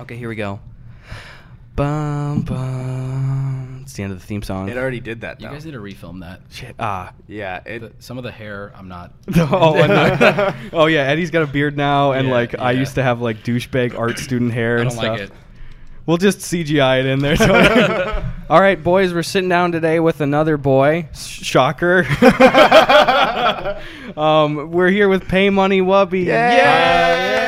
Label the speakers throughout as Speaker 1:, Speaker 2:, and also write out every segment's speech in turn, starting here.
Speaker 1: Okay, here we go. Bum bum. It's the end of the theme song.
Speaker 2: It already did that.
Speaker 3: You
Speaker 2: Though.
Speaker 3: guys need to refilm that.
Speaker 1: Shit. Ah.
Speaker 2: yeah. It.
Speaker 3: The- some of the hair, I'm not.
Speaker 1: oh, and the- oh yeah, Eddie's got a beard now, and
Speaker 3: Yeah,
Speaker 1: like I
Speaker 3: yeah.
Speaker 1: used to have like douchebag art student hair
Speaker 3: I
Speaker 1: and
Speaker 3: don't
Speaker 1: stuff.
Speaker 3: like it.
Speaker 1: We'll just CGI it in there. All right, boys, we're sitting down today with another boy. Sh- Shocker. um, we're here with Pay Money Wubby. Uh,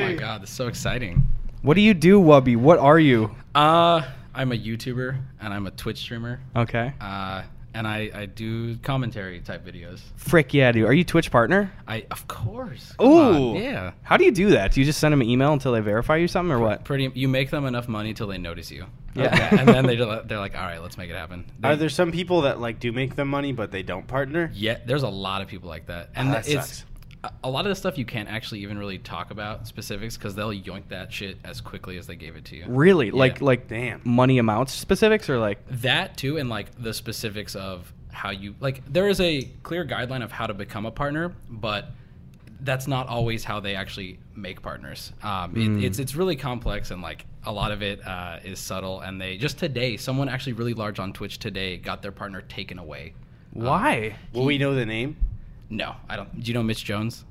Speaker 3: Oh my god, that's so exciting.
Speaker 1: What do you do, Wubby? What are you?
Speaker 3: Uh, I'm a YouTuber and I'm a Twitch streamer.
Speaker 1: Okay.
Speaker 3: Uh, and I, I do commentary type videos.
Speaker 1: Frick yeah, dude. Are you Twitch partner?
Speaker 3: I of course. come on,
Speaker 1: Ooh.
Speaker 3: yeah.
Speaker 1: How do you do that? Do you just send them an email until they verify you something or what?
Speaker 3: Pretty. You make them enough money till they notice you.
Speaker 1: Yeah.
Speaker 3: Okay, and then they do- they're like, all right, let's make it happen. They-
Speaker 2: Are there some people that like do make them money but they don't partner?
Speaker 3: Yeah, there's a lot of people like that, and
Speaker 2: Oh, that
Speaker 3: it's
Speaker 2: sucks.
Speaker 3: a- a lot of the stuff you can't actually even really talk about specifics because they'll yoink that shit as quickly as they gave it to you.
Speaker 1: Really? Oh. Like like
Speaker 2: Damn.
Speaker 1: money amounts specifics or like
Speaker 3: That too, and like the specifics of how you like. There is a clear guideline of how to become a partner, but that's not always how they actually make partners. Um, it-
Speaker 2: Mm.
Speaker 3: it's it's really complex, and like a lot of it uh, is subtle. And they just today, someone actually really large on Twitch today got their partner taken away.
Speaker 1: why?
Speaker 2: Will we know the name?
Speaker 3: No, I don't. Do you know Mitch Jones?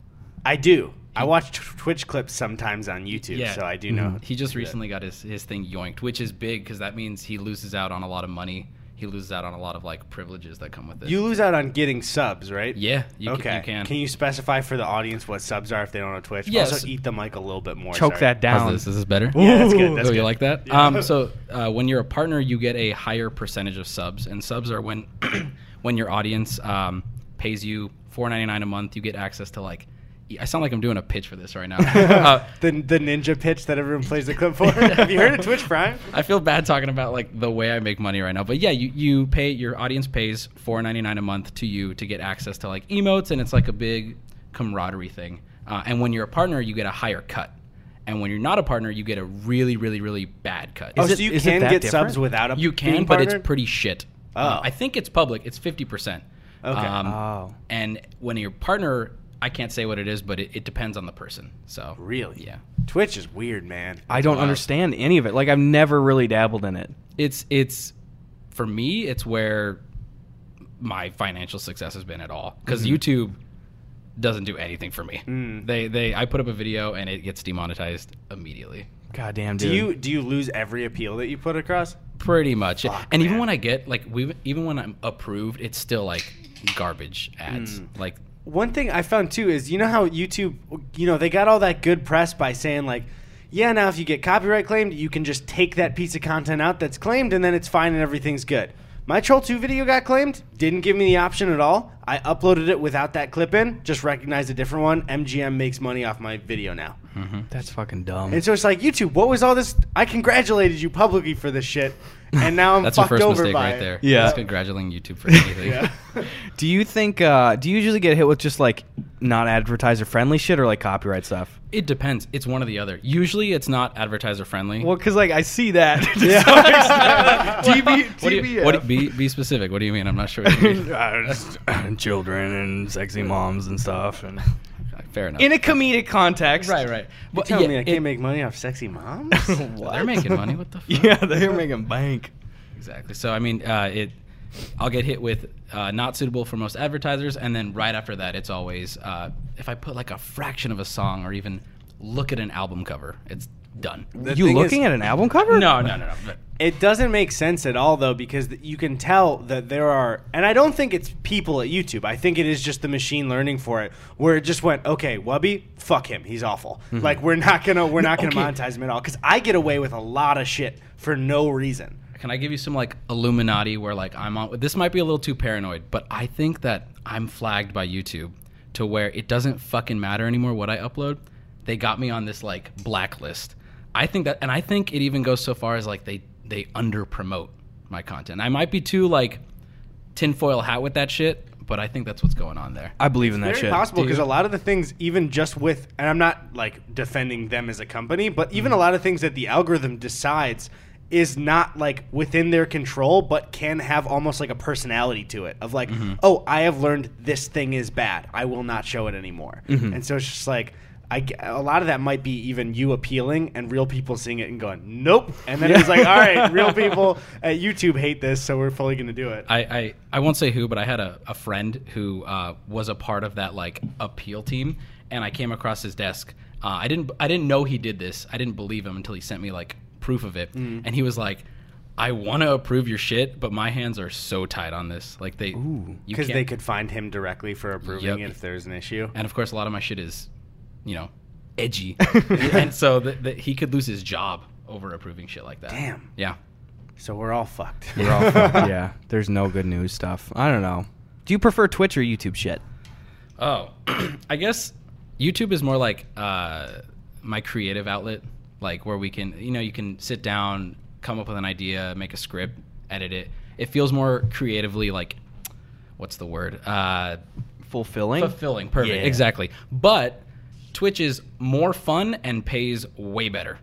Speaker 2: I do. I watch t- Twitch clips sometimes on YouTube,
Speaker 3: Yeah.
Speaker 2: so I
Speaker 1: Mm-hmm.
Speaker 2: do know.
Speaker 3: He just recently got his, his thing yoinked, which is big because that means he loses out on a lot of money. He loses out on a lot of like privileges that come with it.
Speaker 2: You lose out on getting subs, right?
Speaker 3: yeah, you,
Speaker 2: okay.
Speaker 3: can, you can.
Speaker 2: you specify for the audience what subs are if they don't know Twitch?
Speaker 3: Yes.
Speaker 2: Also, eat the mic a little bit more.
Speaker 1: Choke
Speaker 2: sorry.
Speaker 1: that
Speaker 3: How's
Speaker 1: down.
Speaker 3: this? Is this better?
Speaker 2: Yeah, that's good.
Speaker 1: Ooh.
Speaker 2: That's
Speaker 3: oh,
Speaker 2: good.
Speaker 3: you like that? Um, so uh, when you're a partner, you get a higher percentage of subs, and subs are when when your audience um, pays you four ninety nine a month, you get access to like. I sound like I'm doing a pitch for this right now. uh,
Speaker 2: The, the ninja pitch that everyone plays the clip for. Have you heard of Twitch Prime?
Speaker 3: I feel bad talking about like the way I make money right now, but yeah, you, you pay your audience pays four ninety nine a month to you to get access to like emotes, and it's like a big camaraderie thing. Uh, and when you're a partner, you get a higher cut, and when you're not a partner, you get a really, really, really bad cut.
Speaker 2: Oh,
Speaker 1: Is it-
Speaker 2: so you
Speaker 1: is it
Speaker 2: can
Speaker 1: that
Speaker 2: get
Speaker 1: different?
Speaker 2: subs without a
Speaker 3: you can,
Speaker 2: being
Speaker 3: but it's
Speaker 2: partnered?
Speaker 3: pretty shit.
Speaker 2: Oh.
Speaker 3: Uh, I think it's public. It's fifty percent. Um,
Speaker 2: Okay. Uh,
Speaker 1: Oh.
Speaker 3: And when you're a partner, I can't say what it is, but it, it depends on the person. So
Speaker 2: Really?
Speaker 3: yeah.
Speaker 2: Twitch is weird, man.
Speaker 1: I don't
Speaker 3: Wow.
Speaker 1: understand any of it. Like I've never really dabbled in it.
Speaker 3: it's it's for me it's where my financial success has been at all because
Speaker 2: Mm-hmm.
Speaker 3: youtube doesn't do anything for me
Speaker 2: Mm.
Speaker 3: they they i put up a video and it gets demonetized immediately
Speaker 1: God damn,
Speaker 2: Do
Speaker 1: dude.
Speaker 2: you do you lose every appeal that you put across?
Speaker 3: pretty much and even
Speaker 2: man.
Speaker 3: when i get like we even when i'm approved it's still like garbage ads
Speaker 2: Mm.
Speaker 3: like
Speaker 2: One thing I found too is you know how YouTube, you know, they got all that good press by saying like, yeah, now if you get copyright claimed, you can just take that piece of content out that's claimed, and then it's fine and everything's good. My Troll 2 video got claimed, didn't give me the option at all. I uploaded it without that clip in, just recognized a different one. MGM makes money off my video now.
Speaker 3: Mm-hmm.
Speaker 1: That's fucking dumb.
Speaker 2: And so it's like, YouTube, what was all this? I congratulated you publicly for this shit, and now I'm
Speaker 3: that's your
Speaker 2: fucked
Speaker 3: first
Speaker 2: over
Speaker 3: mistake
Speaker 2: by
Speaker 3: right
Speaker 2: it.
Speaker 3: there
Speaker 1: Yeah.
Speaker 3: That's congratulating youtube for anything
Speaker 1: do you think uh do you usually get hit with just like not advertiser friendly shit or like copyright stuff?
Speaker 3: it depends it's one or the other usually it's not advertiser friendly
Speaker 1: Well, cuz like I see that.
Speaker 3: what do you, what do- be, be specific what do you mean i'm not sure what you mean.
Speaker 1: uh, children and sexy moms and stuff and
Speaker 3: fair enough
Speaker 1: in a comedic context.
Speaker 3: Right, right. But
Speaker 2: Tell
Speaker 3: yeah,
Speaker 2: me I
Speaker 3: it-
Speaker 2: can't make money off sexy moms?
Speaker 3: they're making money. What the fuck?
Speaker 1: Yeah, they're making bank.
Speaker 3: Exactly. So I mean, uh, it. I'll get hit with uh, not suitable for most advertisers, and then right after that, it's always uh, if I put like a fraction of a song or even look at an album cover, it's done.
Speaker 2: The
Speaker 1: you
Speaker 2: thing is-
Speaker 1: looking at an album cover?
Speaker 3: No, no, no, no. But
Speaker 2: It doesn't make sense at all, though, because th- you can tell that there are, and I don't think it's people at YouTube. I think it is just the machine learning for it, where it just went, okay, Wubby, fuck him, he's awful. Like we're not gonna, we're not gonna
Speaker 3: okay.
Speaker 2: monetize him at all, because I get away with a lot of shit for no reason.
Speaker 3: Can I give you some like Illuminati where like I'm on? This might be a little too paranoid, but I think that I'm flagged by YouTube to where it doesn't fucking matter anymore what I upload. They got me on this like blacklist. I think that, and I think it even goes so far as like they they under promote my content. I might be too like tinfoil hat with that shit, but I think that's what's going on there.
Speaker 1: I believe in that
Speaker 2: Very
Speaker 1: shit.
Speaker 2: possible because
Speaker 3: Dude.
Speaker 2: a lot of the things, even just with, and I'm not like defending them as a company, but even a lot of things that the algorithm decides is not like within their control, but can have almost like a personality to it of like, oh, I have learned this thing is bad. I will not show it anymore. And so it's just like, I g- a lot of that might be even you appealing and real people seeing it and going nope, and then it's like all right, real people at YouTube hate this, so we're fully gonna do it.
Speaker 3: I, I, I won't say who, but I had a, a friend who uh, was a part of that like appeal team, and I came across his desk. Uh, I didn't I didn't know he did this. I didn't believe him until he sent me like proof of it,
Speaker 2: Mm.
Speaker 3: and he was like, "I want to approve your shit, but my hands are so tight on this. Like they, you
Speaker 2: because
Speaker 3: can't-
Speaker 2: they could find him directly for approving
Speaker 3: Yep.
Speaker 2: it if there's an issue.
Speaker 3: And of course, a lot of my shit is, you know, edgy, and so th th he could lose his job over approving shit like that.
Speaker 2: Damn.
Speaker 3: Yeah.
Speaker 2: So we're all fucked.
Speaker 1: We're all fucked, yeah. There's no good news stuff. I don't know. Do you prefer Twitch or YouTube shit?
Speaker 3: Oh, I guess YouTube is more like uh, my creative outlet, like where we can, you know, you can sit down, come up with an idea, make a script, edit it. It feels more creatively like, what's the word? Uh,
Speaker 1: Fulfilling.
Speaker 3: fulfilling. Perfect.
Speaker 1: Yeah.
Speaker 3: Exactly. But Twitch is more fun and pays way better.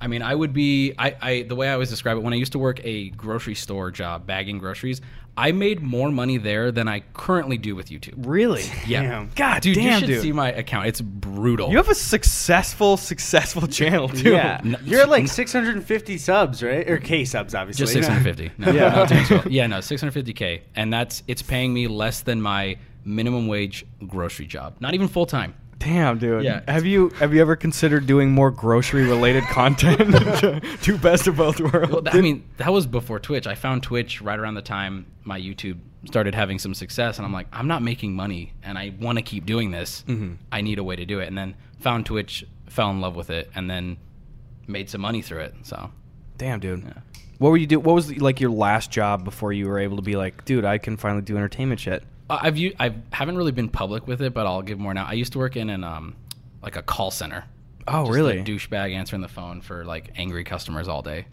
Speaker 3: I mean, I would be I, I the way I always describe it when I used to work a grocery store job bagging groceries, I made more money there than I currently do with YouTube.
Speaker 1: really?
Speaker 3: Yeah.
Speaker 2: Damn.
Speaker 1: God
Speaker 3: dude, you
Speaker 1: damn,
Speaker 3: should
Speaker 1: dude.
Speaker 3: see my account. It's brutal.
Speaker 1: You have a successful, successful channel too.
Speaker 2: Yeah,
Speaker 3: No.
Speaker 2: you're at, like 650 subs, right? Or K subs, obviously.
Speaker 3: just 650. No,
Speaker 1: Yeah.
Speaker 3: yeah. not doing 12. yeah, no, 650k, and that's it's paying me less than my minimum wage grocery job. Not even full time.
Speaker 1: Damn, dude.
Speaker 3: Yeah.
Speaker 1: Have you have you ever considered doing more grocery related content? Two best of both worlds.
Speaker 3: Well, th- I mean, that was before Twitch. I found Twitch right around the time my YouTube started having some success, and I'm like, I'm not making money, and I want to keep doing this.
Speaker 1: Mm-hmm.
Speaker 3: I need a way to do it, and then found Twitch, fell in love with it, and then made some money through it. So
Speaker 1: damn, dude. What were you do? What was like your last job before you were able to be like, dude, I can finally do entertainment shit?
Speaker 3: I- I've u- I haven't really been public with it, but I'll give more now. I used to work in an um like a call center.
Speaker 1: Oh,
Speaker 3: Just
Speaker 1: really?
Speaker 3: a douchebag answering the phone for like angry customers all day.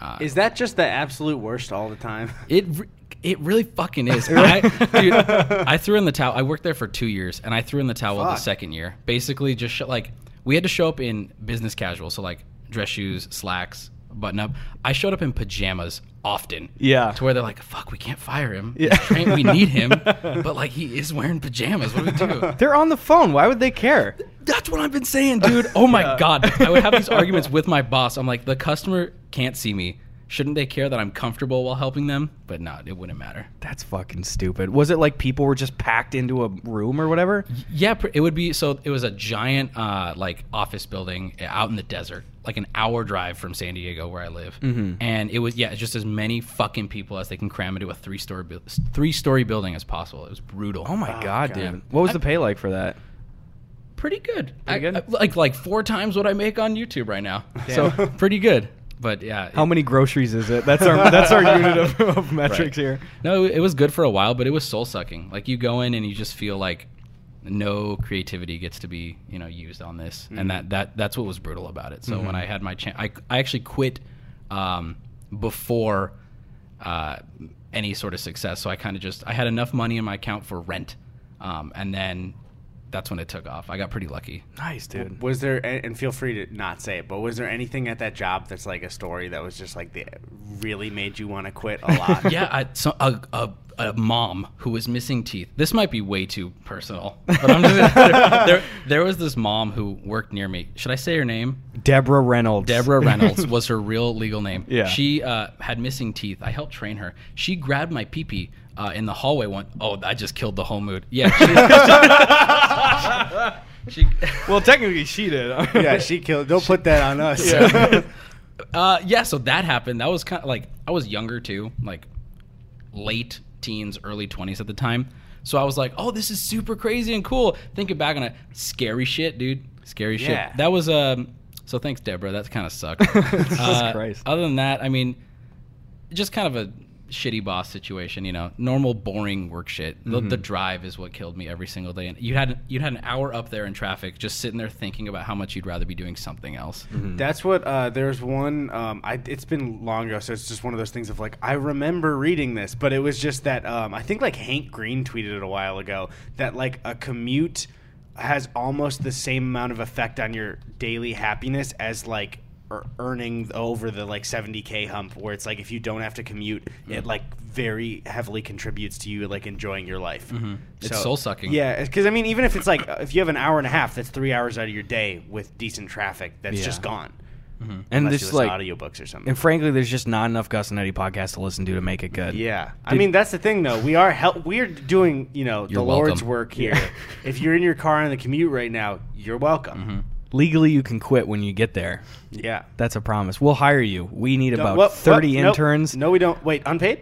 Speaker 3: Uh,
Speaker 2: Is that just the absolute worst all the time?
Speaker 3: It re- it really fucking is. I, dude, I threw in the towel. I worked there for two years, and I threw in the towel the
Speaker 2: Fuck.
Speaker 3: second year. Basically, just sh- like we had to show up in business casual, so like dress shoes, slacks, button up. I showed up in pajamas often.
Speaker 1: Yeah.
Speaker 3: to where they're like, "Fuck, we can't fire him. He's trained, we need him, but like he is wearing pajamas. What do we do?"
Speaker 1: They're on the phone. Why would they care?
Speaker 3: That's what I've been saying, dude. Oh my god, I would have these arguments with my boss. I'm like, the customer can't see me. Shouldn't they care that I'm comfortable while helping them? But no, it wouldn't matter.
Speaker 1: That's fucking stupid. Was it like people were just packed into a room or whatever?
Speaker 3: Yeah, pr- it would be. So it was a giant, uh, like office building eh, out in the desert, like an hour drive from San Diego, where I live. And it was yeah, it's just as many fucking people as they can cram into a three story bu- three story building as possible. It was brutal.
Speaker 1: Oh my god,
Speaker 2: God.
Speaker 1: dude. What was the pay like for that?
Speaker 3: pretty good.
Speaker 1: Pretty
Speaker 3: I-
Speaker 1: good?
Speaker 3: I- like like four times what I make on YouTube right now. So pretty good. But yeah,
Speaker 1: How
Speaker 3: it-
Speaker 1: many groceries is it? That's our that's our unit of, of metrics here.
Speaker 3: no, it was good for a while, but it was soul sucking. Like you go in and you just feel like no creativity gets to be you know used on this, and that that that's what was brutal about it. So when I had my chance, I I actually quit um, before uh, any sort of success. So I kind of just I had enough money in my account for rent, um, and then that's when it took off. I got pretty lucky.
Speaker 1: Nice, dude.
Speaker 2: Was there, and and feel free to not say it, but was there anything at that job that's like a story that was just like the really made you want to quit a lot?
Speaker 3: yeah, I, so, a, a, a mom who was missing teeth. This might be way too personal, but I'm just there, there. There was this mom who worked near me. Should I say her name?
Speaker 1: Deborah Reynolds.
Speaker 3: Deborah Reynolds was her real legal name.
Speaker 1: Yeah.
Speaker 3: She uh, had missing teeth. I helped train her. She grabbed my pee pee uh, in the hallway one. Oh, I just killed the whole mood. Yeah. She, she,
Speaker 1: Well, technically she did.
Speaker 2: yeah, she killed. Don't put that on us.
Speaker 3: Uh, yeah, so that happened. That was kind of like I was younger too, like late teens, early twenties at the time. So I was like, "Oh, this is super crazy and cool." Thinking back on it, scary shit, dude. Scary
Speaker 2: Yeah.
Speaker 3: shit. That was um. So thanks, Deborah. That kind of sucked. Uh,
Speaker 1: Christ.
Speaker 3: Other than that, I mean, just kind of a shitty boss situation. You know, normal boring work shit. The, the drive is what killed me every single day. And you had you had an hour up there in traffic, just sitting there thinking about how much you'd rather be doing something else.
Speaker 2: That's what uh, there's one. Um, I, it's been long ago, so it's just one of those things of like I remember reading this, but it was just that um, I think like Hank Green tweeted it a while ago that like a commute has almost the same amount of effect on your daily happiness as like ear- earning over the like 70k hump where it's like if you don't have to commute it like very heavily contributes to you like enjoying your life
Speaker 3: It's soul-sucking.
Speaker 2: yeah because i mean even if it's like uh, if you have an hour and a half that's three hours out of your day with decent traffic that's
Speaker 1: Yeah.
Speaker 2: just gone
Speaker 1: and
Speaker 2: unless you
Speaker 1: this
Speaker 2: listen
Speaker 1: like,
Speaker 2: to audiobooks or something
Speaker 1: and frankly, there's just not enough Gus and Eddie podcasts to listen to to make it good.
Speaker 2: Yeah, I mean that's the thing though. We are hel- we're doing you know the
Speaker 3: You're
Speaker 2: Lord's
Speaker 3: welcome.
Speaker 2: work here. if you're in your car on the commute right now, you're welcome.
Speaker 1: Legally, you can quit when you get there.
Speaker 2: Yeah,
Speaker 1: That's a promise. We'll hire you. We need about
Speaker 2: What- what-
Speaker 1: 30
Speaker 2: nope.
Speaker 1: interns.
Speaker 2: No, we don't. Wait, unpaid?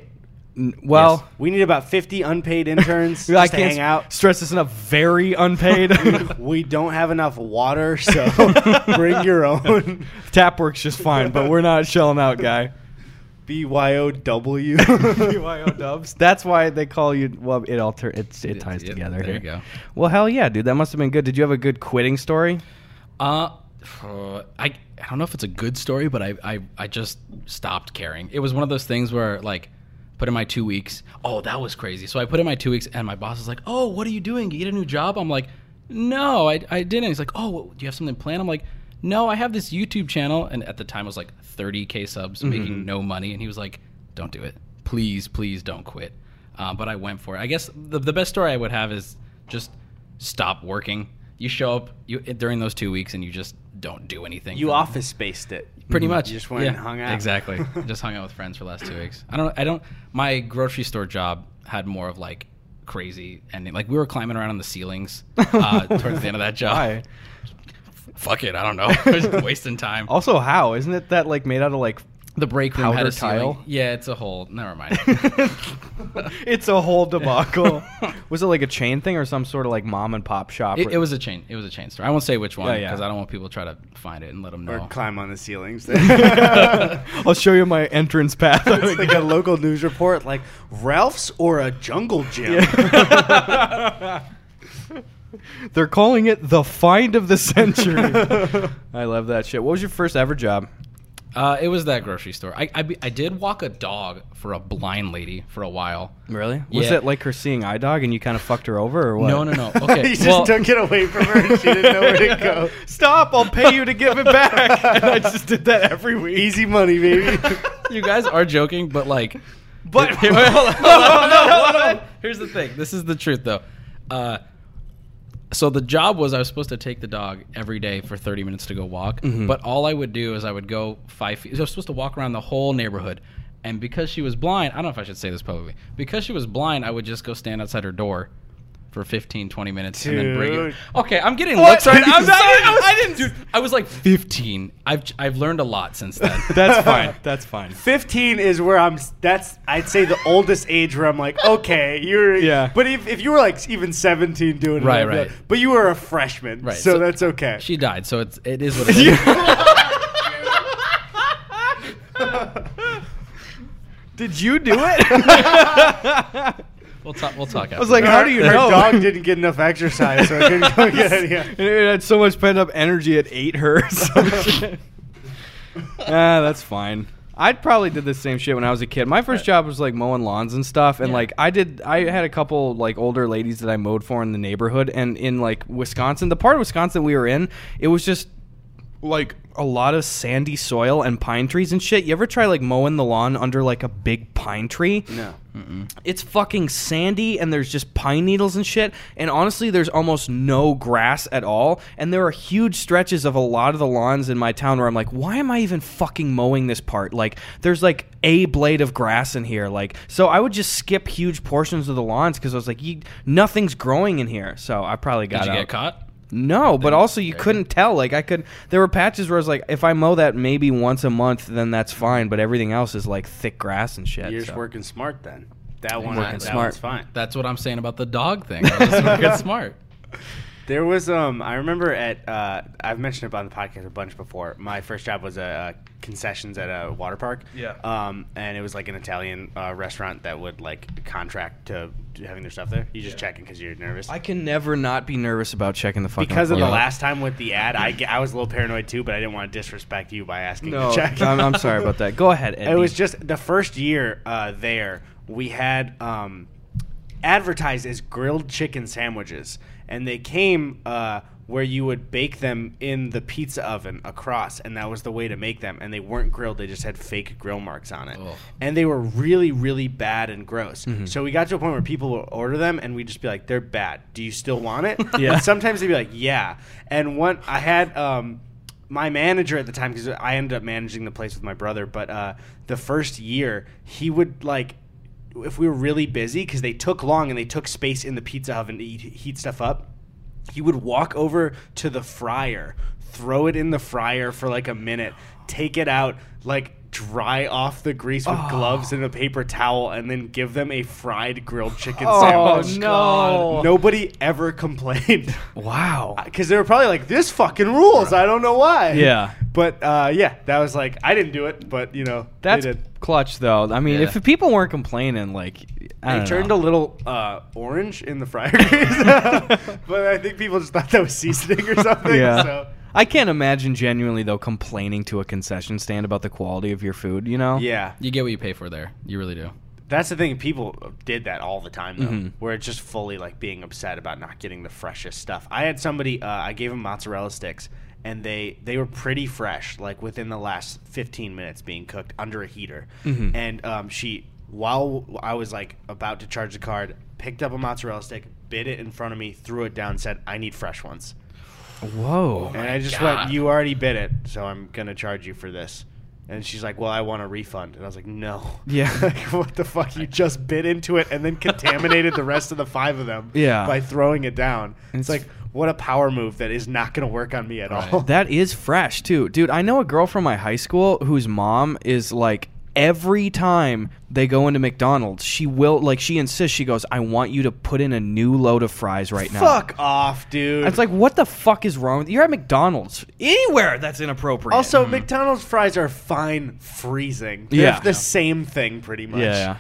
Speaker 1: N- Well,
Speaker 2: We need about 50 unpaid interns
Speaker 1: I
Speaker 2: just to
Speaker 1: can't s-
Speaker 2: hang out.
Speaker 1: stress this enough. Very unpaid.
Speaker 2: We don't have enough water, so bring your own.
Speaker 1: Tap works just fine, but we're not shelling out, guy.
Speaker 2: BYOW.
Speaker 1: BYO dubs. That's why they call you. Well, it alter. It's, it ties
Speaker 3: Yep,
Speaker 1: together.
Speaker 3: there
Speaker 1: here.
Speaker 3: you go.
Speaker 1: Well, hell yeah, dude. That must have been good. Did you have a good quitting story?
Speaker 3: Uh, I, I don't know if it's a good story, but I, I, I just stopped caring. It was one of those things where, like, put in my two weeks. Oh, that was crazy. So I put in my two weeks, and my boss is like, Oh, what are you doing? You get a new job? I'm like, No, I, I didn't. He's like, Oh, what, do you have something planned? I'm like, No, I have this YouTube channel. And at the time, it was like 30K subs, making no money. And he was like, Don't do it. Please, please don't quit. Uh, but I went for it. I guess the, the best story I would have is just stop working. You show up you during those two weeks and you just don't do anything.
Speaker 2: you
Speaker 3: for-
Speaker 2: office spaced it.
Speaker 3: pretty much.
Speaker 2: You just went and hung out.
Speaker 3: Exactly. just hung out with friends for the last two weeks. I don't. I don't. My grocery store job had more of like crazy ending. Like we were climbing around on the ceilings uh, towards the end of that job.
Speaker 1: Why?
Speaker 3: Fuck it. I don't know. just wasting time.
Speaker 1: Also, how isn't it that like made out of like?
Speaker 3: The break room had
Speaker 1: Oh, Powder
Speaker 3: a ceiling.
Speaker 1: tile?
Speaker 3: Yeah, it's a hole. Never mind.
Speaker 1: It's a whole debacle. was it like a chain thing or some sort of like mom and pop shop?
Speaker 3: it, it was a chain. It was a chain store. I won't say which one
Speaker 1: Yeah,
Speaker 3: because
Speaker 1: yeah.
Speaker 3: I don't want people to try to find it and let them
Speaker 1: Oh.
Speaker 3: know.
Speaker 2: Or climb on the ceilings.
Speaker 1: I'll show you my entrance path.
Speaker 2: it's like a local news report, like Ralph's or a jungle gym.
Speaker 1: They're calling it the find of the century. I love that shit. What was your first ever job?
Speaker 3: Uh, it was that grocery store. I, I, be- I did walk a dog for a blind lady for a while.
Speaker 1: Really? Was
Speaker 3: Yeah.
Speaker 1: it like her seeing eye dog and you kind of fucked her over or what?
Speaker 3: No, no, no. Okay.
Speaker 2: you just
Speaker 3: well,
Speaker 2: took it away from her. And she didn't know where to go.
Speaker 1: Stop! I'll pay you to give it back. and I just did that every week.
Speaker 2: Easy money, baby.
Speaker 3: you guys are joking, but like,
Speaker 1: But
Speaker 3: Here- hold on, hold on, hold on, hold on. Here's the thing. This is the truth, though. Uh, so the job was I was supposed to take the dog every day for 30 minutes to go walk,
Speaker 1: Mm-hmm.
Speaker 3: but all I would do is I would go five feet. I was supposed to walk around the whole neighborhood, and because she was blind, I don't know if I should say this publicly. Because she was blind, I would just go stand outside her door. For 15, 20 minutes and then bring
Speaker 2: Dude.
Speaker 3: it. Okay, I'm getting
Speaker 1: What?
Speaker 3: looks right now. I'm
Speaker 1: Sorry,
Speaker 3: sorry. I, was,
Speaker 1: I didn't-
Speaker 3: Dude, I was like 15. I've, I've learned a lot since then.
Speaker 1: That's fine. That's fine.
Speaker 2: 15 is where I'm. That's I'd say the oldest age where I'm like, okay, you're.
Speaker 1: Yeah.
Speaker 2: But if, if you were like even 17 doing it,
Speaker 3: Right,
Speaker 2: I'd be like,
Speaker 3: right.
Speaker 2: But you were a freshman,
Speaker 3: Right,
Speaker 2: so,
Speaker 3: so-
Speaker 2: that's okay.
Speaker 3: She died, so it's it is what it is.
Speaker 1: Did you do it?
Speaker 3: We'll talk. We'll talk. After. I
Speaker 1: was like,
Speaker 2: her,
Speaker 1: how do you
Speaker 2: her
Speaker 1: know?
Speaker 2: dog didn't get enough exercise, so I couldn't go get any.
Speaker 1: And it had so much pent up energy it ate her. or some shit. ah, that's fine. I probably did the same shit when I was a kid. My first job was like mowing lawns and stuff, and
Speaker 3: Yeah.
Speaker 1: like I did. I had a couple like older ladies that I mowed for in the neighborhood, and in like Wisconsin, the part of Wisconsin we were in, it was just like a lot of sandy soil and pine trees and shit. You ever try like mowing the lawn under like a big pine tree?
Speaker 2: No.
Speaker 1: it's fucking sandy and there's just pine needles and shit and honestly there's almost no grass at all and there are huge stretches of a lot of the lawns in my town where i'm like why am i even fucking mowing this part like there's like a blade of grass in here like so i would just skip huge portions of the lawns because i was like you, nothing's growing in here so i probably got
Speaker 3: Did you
Speaker 1: out.
Speaker 3: get caught?
Speaker 1: No, but also you
Speaker 3: there you
Speaker 1: couldn't tell. Like I could, there were patches where I was like, if I mow that maybe once a month, then that's fine. But everything else is like thick grass and shit.
Speaker 2: You're just
Speaker 1: so.
Speaker 2: working smart then. That one,
Speaker 3: Working
Speaker 2: that
Speaker 3: smart.
Speaker 2: one's fine.
Speaker 3: That's what I'm saying about the dog thing. I was fucking smart.
Speaker 2: There was um I remember at uh I've mentioned it on the podcast a bunch before. My first job was a, uh concessions at a water park.
Speaker 1: Yeah.
Speaker 2: Um and it was like an Italian uh, restaurant that would like contract to, to having their stuff there. You just check in because you're nervous.
Speaker 1: I can never not be nervous about checking the fucking
Speaker 2: because of the
Speaker 3: Yeah.
Speaker 2: last time with the ad, I, ge- I was a little paranoid too, but I didn't want to disrespect you by asking
Speaker 1: No,
Speaker 2: to check.
Speaker 1: I'm, I'm sorry about that. Go ahead, Eddie.
Speaker 2: It was just the first year uh, there. We had um, advertised as grilled chicken sandwiches, and they came uh, where you would bake them in the pizza oven across, and that was the way to make them. And they weren't grilled; they just had fake grill marks on it,
Speaker 3: Ugh.
Speaker 2: and they were really, really bad and gross. So we got to a point where people would order them, and we'd just be like, "They're bad. Do you still want it?"
Speaker 1: Yeah.
Speaker 2: And sometimes they'd be like, "Yeah." And one, I had. Um, my manager at the time, because I ended up managing the place with my brother, but uh, the first year he would like if we were really busy because they took long and they took space in the pizza oven to eat, heat stuff up he would walk over to the fryer throw it in the fryer for like a minute take it out like dry off the grease with gloves and a paper towel and then give them a fried grilled chicken sandwich
Speaker 1: no.
Speaker 2: nobody ever complained
Speaker 1: Wow.
Speaker 2: because they were probably like this fucking rules i don't know why
Speaker 1: Yeah.
Speaker 2: but uh, yeah that was like i didn't do it but you know
Speaker 1: That's
Speaker 2: they did
Speaker 1: clutch, though. I mean,
Speaker 3: Yeah.
Speaker 1: if the people weren't complaining, like, I
Speaker 2: They
Speaker 1: don't
Speaker 2: turned
Speaker 1: know.
Speaker 2: a little uh, orange in the fryer grease, but I think people just thought that was seasoning or something.
Speaker 1: yeah.
Speaker 2: So.
Speaker 1: I can't imagine genuinely though complaining to a concession stand about the quality of your food. You know?
Speaker 2: Yeah,
Speaker 3: You get what you pay for there. You really do.
Speaker 2: that's the thing. People did that all the time, though, where it's just fully like being upset about not getting the freshest stuff. I had somebody, uh, I gave them mozzarella sticks, and they they were pretty fresh, like within the last fifteen minutes being cooked under a heater. And um, she, while I was like about to charge the card, picked up a mozzarella stick, bit it in front of me, threw it down, said, "I need fresh ones."
Speaker 1: Whoa.
Speaker 2: And I just
Speaker 3: God.
Speaker 2: went, You already bid it, so I'm going to charge you for this. And she's like, Well, I want a refund. And I was like, No.
Speaker 1: Yeah.
Speaker 2: like, what the fuck? You just bit into it and then contaminated the rest of the five of them
Speaker 1: Yeah.
Speaker 2: by throwing it down.
Speaker 1: It's-
Speaker 2: It's, like, What a power move that is not going to work on me at all.
Speaker 1: That is fresh too, dude. I know a girl from my high school whose mom is like every time they go into McDonald's, she will like she insists. She goes, "I want you to put in a new load of fries right now."
Speaker 2: fuck off, dude.
Speaker 1: It's like, what the fuck is wrong with you? You're at McDonald's. Anywhere that's inappropriate.
Speaker 2: also, McDonald's fries are fine freezing. They're
Speaker 1: mm. Yeah.
Speaker 2: the same thing, pretty much.
Speaker 1: yeah.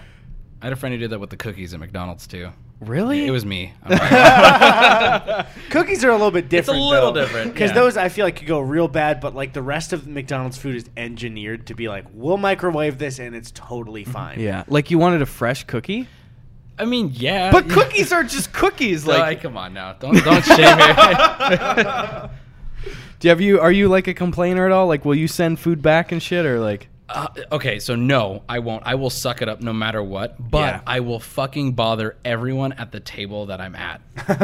Speaker 3: I had a friend who did that with the cookies at McDonald's too.
Speaker 1: Really?
Speaker 3: It was me. I'm not-
Speaker 2: Cookies are a little bit different.
Speaker 3: little different,
Speaker 2: because
Speaker 3: yeah.
Speaker 2: those I feel like could go real bad, but like the rest of McDonald's food is engineered to be like, we'll microwave this and it's totally fine.
Speaker 1: yeah. Like you wanted a fresh cookie?
Speaker 3: I mean, yeah.
Speaker 1: But cookies are just cookies.
Speaker 3: Like,
Speaker 1: Like,
Speaker 3: come on now. Don't don't shame me.
Speaker 1: do you have you? Are you like a complainer at all? Like, will you send food back and shit, or like?
Speaker 3: Uh, okay, so no, I won't. I will suck it up no matter what, but
Speaker 1: Yeah.
Speaker 3: I will fucking bother everyone at the table that I'm at.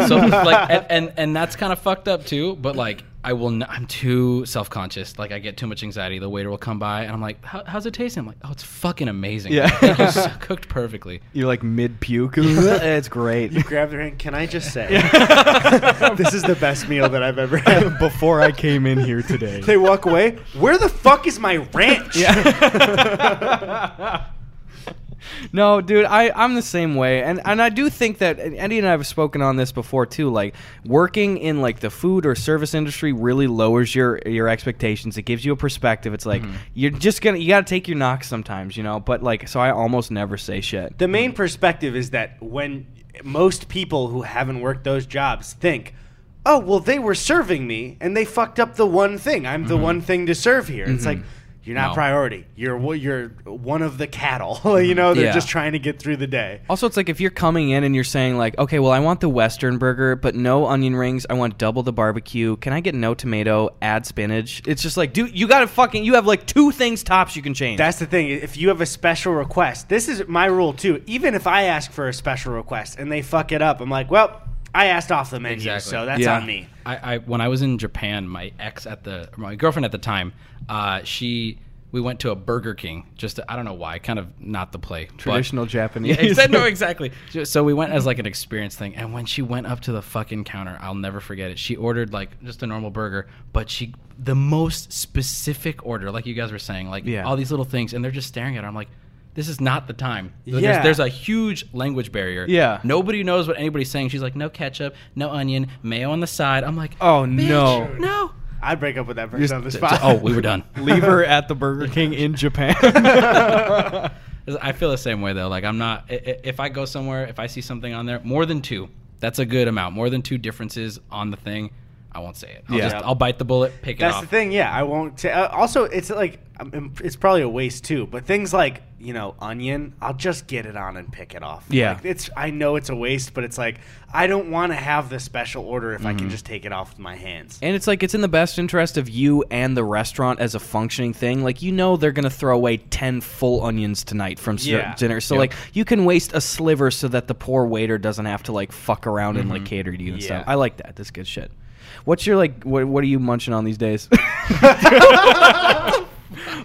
Speaker 3: So like, and and, and that's kind of fucked up too. But like, I will. N- I'm too self conscious. Like, I get too much anxiety. The waiter will come by, and I'm like, "How- "How's it tasting?" I'm like, "Oh, it's fucking amazing.
Speaker 1: Yeah.
Speaker 3: Like, it's cooked perfectly."
Speaker 1: You're like mid puke. it's great.
Speaker 2: Grab their hand. Can I just say, this is the best meal that I've ever had.
Speaker 1: Before I came in here today.
Speaker 2: they walk away. Where the fuck is my ranch?
Speaker 1: No, dude, I, I'm the same way. And and I do think that and Eddie and I have spoken on this before too, like working in like the food or service industry really lowers your your expectations. It gives you a perspective. It's like you're just gonna you gotta take your knocks sometimes, you know. But like so I almost never say shit.
Speaker 2: The main perspective is that when most people who haven't worked those jobs think, oh, well, they were serving me and they fucked up the one thing. I'm the one thing to serve here. It's like, you're not
Speaker 3: No.
Speaker 2: priority. You're wo- you're one of the cattle. you know, they're
Speaker 1: Yeah.
Speaker 2: just trying to get through the day.
Speaker 1: Also, it's like if you're coming in and you're saying like, okay, well, I want the Western burger, but no onion rings. I want double the barbecue. Can I get no tomato? Add spinach. It's just like, dude, you got to fucking. You have like two things tops you can change.
Speaker 2: That's the thing. If you have a special request, this is my rule too. Even if I ask for a special request and they fuck it up, I'm like, well, I asked off the menu,
Speaker 3: Exactly.
Speaker 2: so that's
Speaker 1: Yeah.
Speaker 2: on me.
Speaker 3: I, I when I was in Japan, my ex at the my girlfriend at the time, uh, she we went to a Burger King. Just to, I don't know why, kind of not the play. but-
Speaker 1: Traditional Japanese.
Speaker 3: Yeah, exactly, no, exactly. Ju- So we went as like an experience thing, and when she went up to the fucking counter, I'll never forget it. She ordered like just a normal burger, but she the most specific order, like you guys were saying, like
Speaker 1: Yeah.
Speaker 3: all these little things, and they're just staring at her. I'm like. This is not the time. There's,
Speaker 2: Yeah.
Speaker 3: there's a huge language barrier.
Speaker 1: Yeah.
Speaker 3: Nobody knows what anybody's saying. She's like, no ketchup, no onion, mayo on the side. I'm like,
Speaker 1: Oh
Speaker 3: Bitch,
Speaker 1: no!
Speaker 3: no.
Speaker 2: I'd break up with that person on the
Speaker 3: T- t-
Speaker 2: spot.
Speaker 3: oh, we were done.
Speaker 1: Leave her at the Burger King in Japan.
Speaker 3: I feel the same way though. Like I'm not. i- i- If I go somewhere, if I see something on there, more than two, that's a good amount. More than two differences on the thing, I won't say it. I'll
Speaker 1: Yeah.
Speaker 3: just I'll bite the bullet, pick
Speaker 2: That's
Speaker 3: it off.
Speaker 2: the thing. Yeah, I won't. T- uh, also, it's like I'm- it's probably a waste too, but things like you know onion, I'll just get it on and pick it off.
Speaker 1: Yeah.
Speaker 2: like it's I know it's a waste, but it's like I don't want to have the special order if I
Speaker 3: Mm-hmm.
Speaker 2: can just take it off with my hands.
Speaker 1: And it's like it's in the best interest of you and the restaurant as a functioning thing. Like you know they're gonna throw away ten full onions tonight from cer-
Speaker 2: Yeah.
Speaker 1: dinner, so like you can waste a sliver so that the poor waiter doesn't have to like fuck around and
Speaker 3: Mm-hmm.
Speaker 1: like cater to you and stuff.
Speaker 2: Yeah.
Speaker 1: I like that. That's good shit. What's your like? What, what are you munching on these days?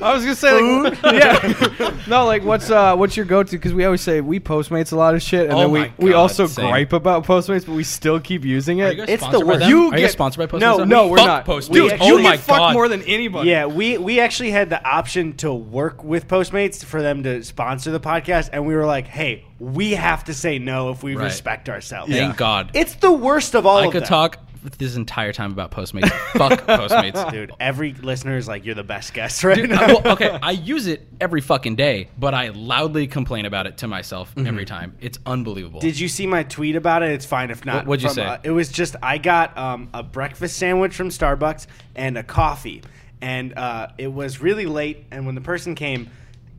Speaker 1: I was gonna say, like, yeah, no, like what's uh, what's your go-to? Because we always say we Postmates a lot of shit, and
Speaker 3: Oh
Speaker 1: then we
Speaker 3: my
Speaker 1: we
Speaker 3: God,
Speaker 1: also
Speaker 3: same.
Speaker 1: gripe about Postmates, but we still keep using it.
Speaker 3: Are you guys
Speaker 2: It's the
Speaker 3: sponsored by
Speaker 2: worst.
Speaker 3: them?
Speaker 2: You
Speaker 3: Are you
Speaker 2: get-
Speaker 3: guys sponsored by Postmates?
Speaker 2: No,
Speaker 3: We
Speaker 1: no, we're
Speaker 3: fuck
Speaker 1: not.
Speaker 3: Postmates.
Speaker 2: We actually-
Speaker 3: oh
Speaker 1: you
Speaker 3: my
Speaker 1: get fucked
Speaker 3: god.
Speaker 1: more than anybody.
Speaker 2: Yeah, we we actually had the option to work with Postmates for them to sponsor the podcast, and we were like, hey, we have to say no if we
Speaker 3: Right.
Speaker 2: respect ourselves.
Speaker 3: Thank God.
Speaker 2: It's the worst of all.
Speaker 3: I
Speaker 2: of
Speaker 3: could
Speaker 2: them.
Speaker 3: talk this entire time about Postmates. Fuck Postmates.
Speaker 2: dude. Every listener is like, you're the best guest right
Speaker 3: Dude,
Speaker 2: now.
Speaker 3: I- well, okay, I use it every fucking day, but I loudly complain about it to myself every time. It's unbelievable.
Speaker 2: Mm-hmm. Did you see my tweet about it? It's fine if not.
Speaker 3: What- what'd you
Speaker 2: From,
Speaker 3: say?
Speaker 2: uh, it was just I got um, a breakfast sandwich from Starbucks and a coffee, and uh, it was really late. And when the person came,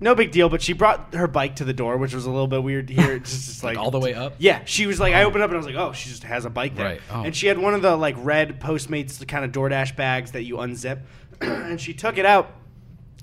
Speaker 2: no big deal, but she brought her bike to the door, which was a little bit weird here. It's just, just like,
Speaker 3: all the way up?
Speaker 2: Yeah, she was like, I opened up and I was like, oh, she just has a bike there,
Speaker 3: Right, oh.
Speaker 2: and she had one of the like red Postmates kind of DoorDash bags that you unzip, and she took it out.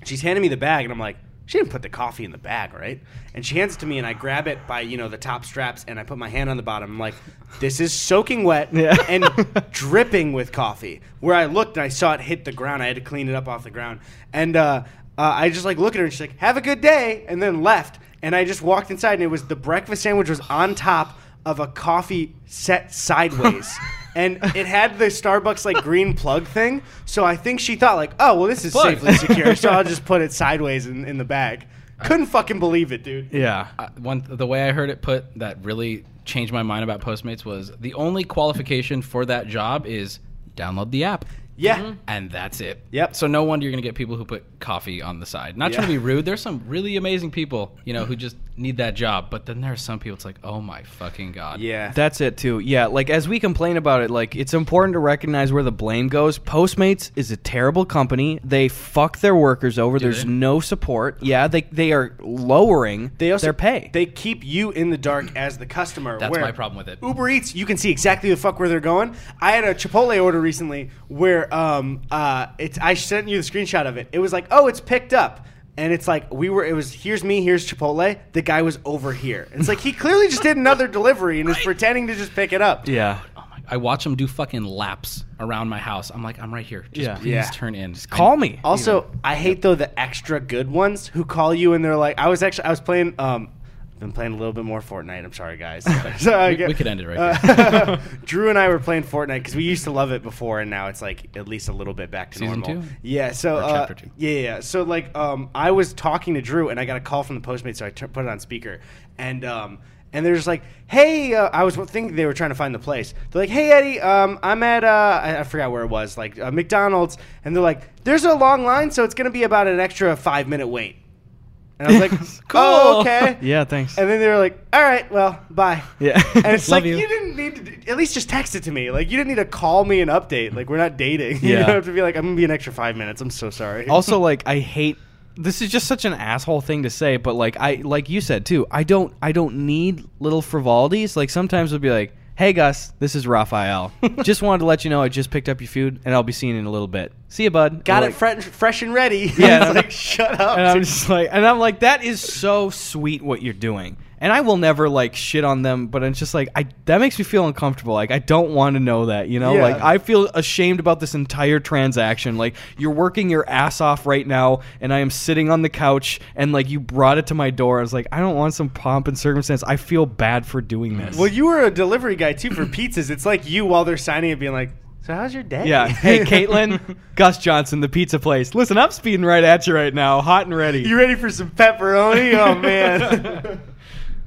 Speaker 2: She's handing me the bag, and I'm like, she didn't put the coffee in the bag, right? And she hands it to me, and I grab it by you know the top straps, and I put my hand on the bottom. I'm like, this is soaking wet
Speaker 1: Yeah.
Speaker 2: and dripping with coffee. Where I looked, and I saw it hit the ground. I had to clean it up off the ground, and uh, uh, I just like look at her, and she's like, "Have a good day," and then left. And I just walked inside, and it was the breakfast sandwich was on top of a coffee set sideways. And it had the Starbucks like green plug thing, so I think she thought like, "Oh, well, this is
Speaker 3: Plug.
Speaker 2: safely secure, so I'll just put it sideways in, in the bag." Couldn't fucking believe it, dude.
Speaker 1: yeah.
Speaker 3: uh, one the way I heard it put that really changed my mind about Postmates was the only qualification for that job is download the app.
Speaker 2: Yeah.
Speaker 3: And that's it.
Speaker 2: Yep.
Speaker 3: So no wonder you're gonna get people who put coffee on the side. Not trying to
Speaker 2: Yeah.
Speaker 3: be rude. There's some really amazing people, you know, who just need that job. But then there are some people. It's like, oh my fucking god.
Speaker 2: Yeah.
Speaker 1: That's it too. Yeah, like as we complain about it, like it's important to recognize where the blame goes. Postmates is a terrible company. They fuck their workers over. There's
Speaker 3: they?
Speaker 1: no support. Yeah, they they are lowering
Speaker 2: they also
Speaker 1: their pay.
Speaker 2: They keep you in the dark as the customer.
Speaker 3: That's
Speaker 2: where
Speaker 3: my problem with it. Oh
Speaker 2: Uber Eats, you can see exactly the fuck where they're going. I had a Chipotle order recently where um uh it's I sent you the screenshot of it. It was like, oh, it's picked up. And it's like we were. It was here's me, here's Chipotle. The guy was over here. It's like he clearly just did another delivery and was pretending to just pick it up.
Speaker 1: yeah.
Speaker 3: Oh my, I watch them do fucking laps around my house. I'm like, I'm right here. Just
Speaker 1: Yeah.
Speaker 3: please
Speaker 2: Yeah.
Speaker 3: turn in. I-
Speaker 1: Call me.
Speaker 2: Also, I hate though the extra good ones who call you and they're like, I was actually I was playing um I've been playing a little bit more Fortnite. I'm sorry, guys. So I
Speaker 3: We-
Speaker 2: get-
Speaker 3: we could end it right
Speaker 2: Uh, Drew and I were playing Fortnite because we used to love it before, and now it's like at least a little bit back to
Speaker 3: Season
Speaker 2: normal.
Speaker 3: two?
Speaker 2: Yeah. So
Speaker 3: Or
Speaker 2: uh,
Speaker 3: chapter two?
Speaker 2: yeah, yeah. So like, um, I was talking to Drew, and I got a call from the Postmate, so I tur- put it on speaker, and um, and they're just like, "Hey," uh, I was thinking they were trying to find the place. They're like, "Hey, Eddie, um, I'm at uh, I, I forgot where it was, like uh, McDonald's," and they're like, "There's a long line, so it's gonna be about an extra five minute wait." And I was like, "Oh,
Speaker 3: Cool.
Speaker 2: okay."
Speaker 1: Yeah. Thanks.
Speaker 2: And then they were like, "All right, well, bye."
Speaker 1: Yeah.
Speaker 2: And it's
Speaker 1: Love
Speaker 2: like you.
Speaker 1: you.
Speaker 2: didn't need to do- at least just text it to me. Like you didn't need to call me an update. Like we're not dating. You
Speaker 1: Yeah.
Speaker 2: don't have to be like, "I'm gonna be an extra five minutes." I'm so sorry.
Speaker 1: also like I hate this is just such an asshole thing to say, but like I like you said too, I don't I don't need little frivolities. Like sometimes it'll be like, Hey Gus, this is Raphael. just wanted to let you know I just picked up your food and I'll be seeing you in a little bit. See you bud.
Speaker 2: got
Speaker 1: And,
Speaker 2: it
Speaker 1: like,
Speaker 2: fresh, fresh and ready.
Speaker 1: Yeah,
Speaker 2: It's
Speaker 1: and I'm-
Speaker 2: like shut up.
Speaker 1: and I'm just like and I'm like, that is so sweet what you're doing. And I will never like shit on them, but it's just like I that makes me feel uncomfortable. Like I don't want to know that, you know?
Speaker 2: Yeah.
Speaker 1: Like I feel ashamed about this entire transaction. Like you're working your ass off right now and I am sitting on the couch and like you brought it to my door. I was like, I don't want some pomp and circumstance. I feel bad for doing this.
Speaker 2: well, you were a delivery guy too for pizzas. It's like you while they're signing it, being like, "So how's your day?"
Speaker 1: yeah. Hey, Caitlin, Gus Johnson, the pizza place. Listen, I'm speeding right at you right now, hot and ready.
Speaker 2: you ready for some pepperoni? Oh man.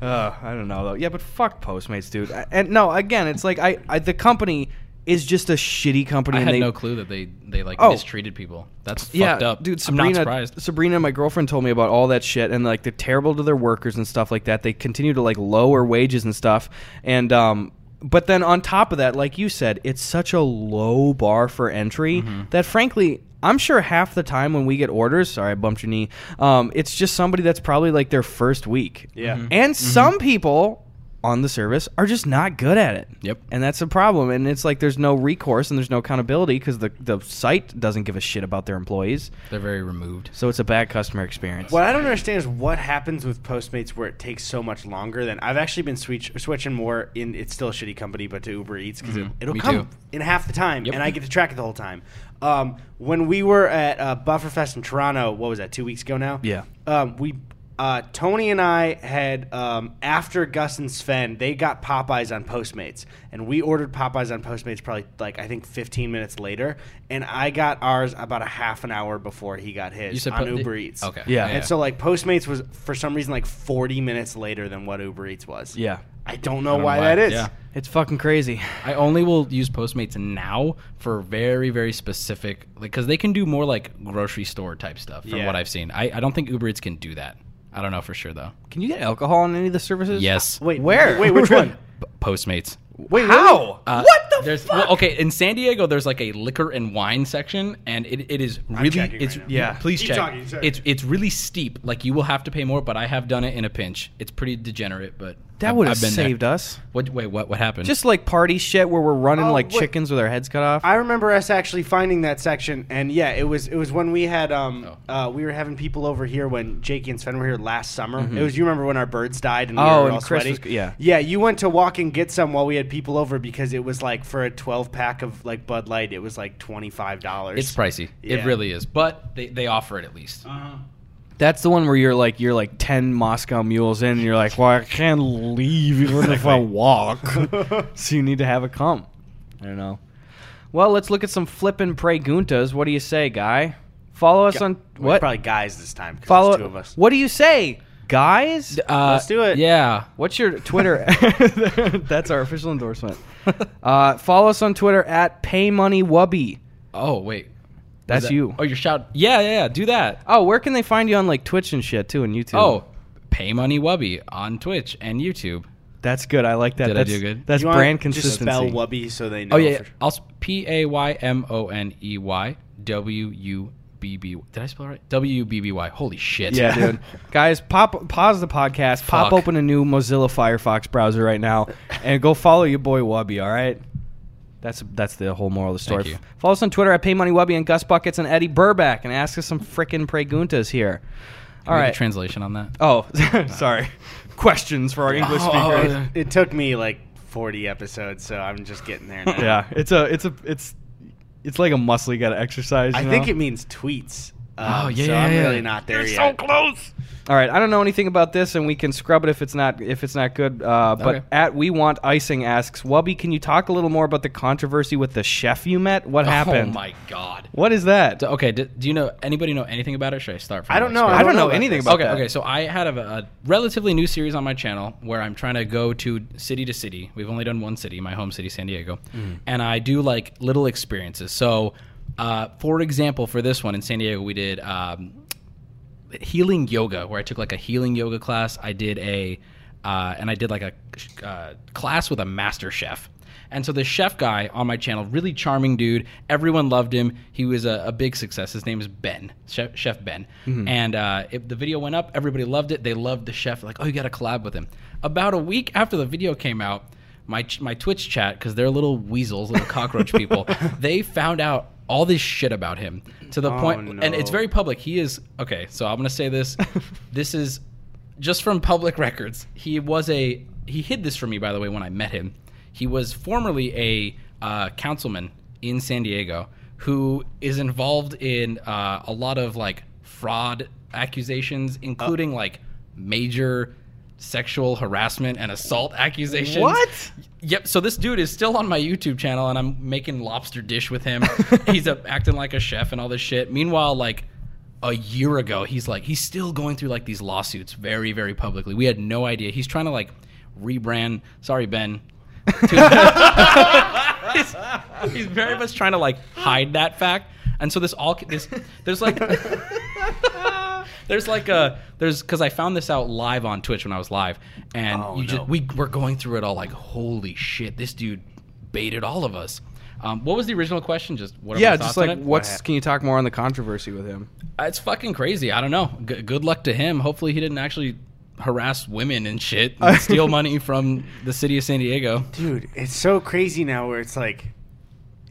Speaker 1: Uh, I don't know though. Yeah, but fuck Postmates, dude. I- And no, again, it's like I, I the company is just a shitty company.
Speaker 3: I
Speaker 1: and
Speaker 3: had
Speaker 1: they,
Speaker 3: no clue that they they like
Speaker 1: Oh.
Speaker 3: mistreated people. That's
Speaker 1: yeah,
Speaker 3: fucked up,
Speaker 1: dude.
Speaker 3: I'm not
Speaker 1: Sabrina,
Speaker 3: surprised.
Speaker 1: Sabrina, my girlfriend, told me about all that shit, and like they're terrible to their workers and stuff like that. They continue to like lower wages and stuff, and um. But
Speaker 3: Mm-hmm.
Speaker 1: then on top of that, like you said, it's such a low bar for entry that frankly, I'm sure half the time when we get orders, sorry, I bumped your knee. Um, it's just somebody that's probably like their first week.
Speaker 2: Yeah.
Speaker 3: Mm-hmm.
Speaker 2: Mhm.
Speaker 1: And some people on the service are just not good at it.
Speaker 3: Yep.
Speaker 1: And that's a problem. And it's like there's no recourse and there's no accountability because the, the site doesn't give a shit about their employees.
Speaker 3: They're very removed.
Speaker 1: So it's a bad customer experience.
Speaker 2: What I don't understand is what happens with Postmates where it takes so much longer than I've actually been switch, switching more in. It's still a shitty company, but to Uber Eats because
Speaker 3: Mhm.
Speaker 2: it, will
Speaker 3: Me
Speaker 2: come
Speaker 3: too.
Speaker 2: in half the time,
Speaker 3: Yep.
Speaker 2: and I get to track it the whole time. Um, when we were at uh, Bufferfest in Toronto, what was that? Two weeks ago now.
Speaker 1: Yeah.
Speaker 2: Um, we uh, Tony and I had um, after Gus and Sven, they got Popeyes on Postmates, and we ordered Popeyes on Postmates probably like I think 15 minutes later, and I got ours about a half an hour before he got his
Speaker 3: You said
Speaker 2: on
Speaker 3: Po-
Speaker 2: Uber Eats.
Speaker 3: Okay.
Speaker 1: Yeah.
Speaker 2: And so like Postmates was for some reason like 40 minutes later than what Uber Eats was.
Speaker 1: yeah.
Speaker 2: I don't know
Speaker 3: I don't know
Speaker 2: why, that is.
Speaker 3: Yeah.
Speaker 1: It's fucking crazy.
Speaker 3: I only will use Postmates now for very, very specific, like, because they can do more like grocery store type stuff from
Speaker 2: Yeah.
Speaker 3: what I've seen. I, I don't think Uber Eats can do that. I don't know for sure though.
Speaker 1: Can you get alcohol on any of the services?
Speaker 3: Yes.
Speaker 2: Wait,
Speaker 1: Where?
Speaker 2: Wait, which one?
Speaker 3: B- Postmates.
Speaker 2: Wait,
Speaker 1: How?
Speaker 3: Uh,
Speaker 1: what the
Speaker 3: there's,
Speaker 1: fuck?
Speaker 3: well, okay, in San Diego, there's like a liquor and wine section, and it, it is really
Speaker 2: checking
Speaker 3: it's
Speaker 2: right now.
Speaker 1: Yeah.
Speaker 3: Please
Speaker 2: Keep
Speaker 3: check.
Speaker 2: talking, keep talking.
Speaker 3: It's it's really steep. Like you will have to pay more, but I have done it in a pinch. It's pretty degenerate, but
Speaker 1: That
Speaker 3: I've-
Speaker 1: would have
Speaker 3: I've been there.
Speaker 1: saved us.
Speaker 3: What? Wait, what? What happened?
Speaker 1: Just like party shit where we're running
Speaker 2: Oh,
Speaker 1: like
Speaker 2: wait.
Speaker 1: chickens with our heads cut off.
Speaker 2: I remember us actually finding that section, and yeah, it was it was when we had um
Speaker 3: Oh.
Speaker 2: uh, we were having people over here when Jakey and Sven were here last summer. It was you remember when our birds died and we
Speaker 1: Mm-hmm. Oh,
Speaker 2: were
Speaker 1: and
Speaker 2: all
Speaker 1: Chris
Speaker 2: sweaty.
Speaker 1: was- yeah.
Speaker 2: yeah, you went to walk and get some while we had people over because it was like for a twelve pack of like Bud Light, it was like twenty five dollars.
Speaker 3: it's pricey.
Speaker 2: Yeah. Uh,
Speaker 3: It really is, but they, they offer it at least.
Speaker 1: That's the one where you're like you're like ten Moscow mules in, and you're like, well, I can't leave even if I walk. so you need to have a come. I don't know. Well, let's look at some flippin' preguntas. What do you say, guy? Follow us on what?
Speaker 2: Probably guys this time. 'cause it's
Speaker 1: Follow.
Speaker 2: two of us.
Speaker 1: What do you say, guys?
Speaker 3: Uh,
Speaker 2: Let's do it.
Speaker 3: Yeah.
Speaker 1: What's your Twitter? That's our official endorsement. Uh, follow us on Twitter at PayMoneyWubby.
Speaker 3: Oh wait.
Speaker 1: That's
Speaker 3: Is that-
Speaker 1: you.
Speaker 3: Oh, you're shout. Yeah, yeah, yeah. Do that.
Speaker 1: Oh, where can they find you on like Twitch and shit too, and YouTube?
Speaker 3: Oh, pay money wubby on Twitch and YouTube.
Speaker 1: that's good. I like that.
Speaker 3: Did I
Speaker 1: that's,
Speaker 3: do good?
Speaker 1: That's
Speaker 2: You wanna
Speaker 1: brand
Speaker 2: Just
Speaker 1: consistency.
Speaker 2: spell Wubby so they know.
Speaker 3: Oh yeah.
Speaker 2: for-
Speaker 3: Also, P A Y M O N E Y W U B B. Did I spell it right? W U B B Y. Holy shit.
Speaker 1: Yeah, dude. Guys, pop pause the podcast. Pop
Speaker 3: Fuck.
Speaker 1: open a new Mozilla Firefox browser right now, and go follow your boy Wubby. All right. That's that's the whole moral of the story.
Speaker 3: Thank you.
Speaker 1: Follow us on Twitter at PayMoneyWubby and Gus Buckets and Eddie Burback, and ask us some frickin' preguntas here. All
Speaker 3: All right.
Speaker 1: right.
Speaker 3: translation on that.
Speaker 1: oh, sorry. Questions for our English speakers.
Speaker 2: It, it took me like forty episodes, so I'm just getting there. Now.
Speaker 1: yeah, it's a it's a it's it's like a muscle you got to exercise.
Speaker 2: I
Speaker 1: you
Speaker 2: think
Speaker 1: know?
Speaker 2: it means tweets. Um,
Speaker 3: Oh, yeah,
Speaker 2: so
Speaker 3: yeah,
Speaker 2: I'm
Speaker 3: yeah.
Speaker 2: really not there yet.
Speaker 4: close.
Speaker 1: All right, I don't know anything about this, and we can scrub it if it's not if it's not good. Uh, but
Speaker 3: Okay.
Speaker 1: at we want icing asks Wubby, can you talk a little more about the controversy with the chef you met? What happened?
Speaker 3: Oh my god.
Speaker 1: What is that?
Speaker 3: So, okay. Do, do you know anybody know anything about it? Should I start? From
Speaker 2: I don't
Speaker 3: the
Speaker 2: know.
Speaker 3: experience?
Speaker 1: I don't know
Speaker 2: about
Speaker 1: anything
Speaker 2: this.
Speaker 1: about
Speaker 3: okay,
Speaker 1: that.
Speaker 3: okay. So I had a, a relatively new series on my channel where I'm trying to go to city to city. We've only done one city, my home city, San Diego,
Speaker 1: Mm.
Speaker 3: and I do like little experiences. So, uh, for example, for this one in San Diego, we did um, healing yoga, where I took like a healing yoga class. I did a, uh, and I did like a uh, class with a master chef. And so this chef guy on my channel, really charming dude. Everyone loved him. He was a, a big success. His name is Ben, Chef, chef Ben. And uh, it, the video went up. Everybody loved it. They loved the chef. Like, oh, you got to collab with him. About a week after the video came out, my ch- my Twitch chat because they're little weasels, little cockroach people. They found out all this shit about him to the point, and it's
Speaker 2: no.
Speaker 3: very very public. He is okay. So I'm gonna say this. this is just from public records. He was a he hid this from me by the way when I met him. He was formerly a uh, councilman in San Diego who is involved in uh, a lot of like fraud accusations, including like major sexual harassment and assault accusations.
Speaker 1: What?
Speaker 3: Yep. So this dude is still on my YouTube channel, and I'm making lobster dish with him. he's uh acting like a chef and all this shit. Meanwhile, like a year ago, he's like he's still going through like these lawsuits very, very publicly. We had no idea. He's trying to like rebrand. Sorry, Ben. he's, he's very much trying to like hide that fact, and so this all this there's like. There's like a there's because I found this out live on Twitch when I was live,
Speaker 1: Oh,
Speaker 3: and you just we were going through it all like holy shit, this dude baited all of us. Um, what was the original question? Just what? Are
Speaker 1: yeah,
Speaker 3: my
Speaker 1: just
Speaker 3: thoughts on
Speaker 1: like
Speaker 3: it?
Speaker 1: what's? Can you talk more on the controversy with him?
Speaker 3: It's fucking crazy. I don't know. G- good luck to him. Hopefully, he didn't actually harass women and shit and steal money from the city of San Diego.
Speaker 2: Dude, it's so crazy now where it's like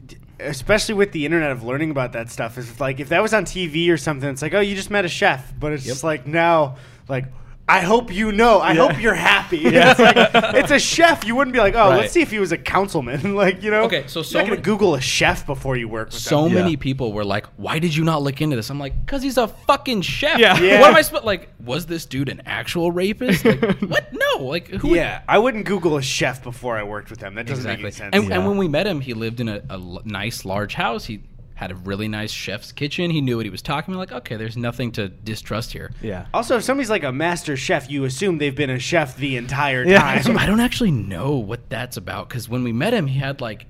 Speaker 2: d- especially with the internet of learning about that stuff is like if that was on TV or something it's like oh you just met a chef but it's just like now like I hope you know. I hope you're happy. It's, like, it's a chef. You wouldn't be like, oh,
Speaker 3: Right.
Speaker 2: let's see if he was a councilman. like, you know.
Speaker 3: Okay, so
Speaker 2: You're
Speaker 3: so
Speaker 2: not gonna
Speaker 3: many-
Speaker 2: Google a chef before you work with
Speaker 3: So
Speaker 2: them.
Speaker 1: Yeah.
Speaker 3: many people were like, "Why did you not look into this?" I'm like, "Cause he's a fucking chef."
Speaker 1: Yeah.
Speaker 2: Yeah.
Speaker 3: What am I supposed like? Was this dude an actual rapist? Like, what? No. Like who? would-
Speaker 2: Yeah, I wouldn't Google a chef before I worked with them. That doesn't
Speaker 3: exactly.
Speaker 2: make any sense.
Speaker 3: And, and when we met him, he lived in a, a l- nice large house. He had a really nice chef's kitchen. He knew what he was talking about. Like, okay, there's nothing to distrust here.
Speaker 1: Yeah.
Speaker 2: also, if somebody's like a master chef, you assume they've been a chef the entire
Speaker 1: Yeah.
Speaker 2: time.
Speaker 3: I don't actually know what that's about because when we met him, he had like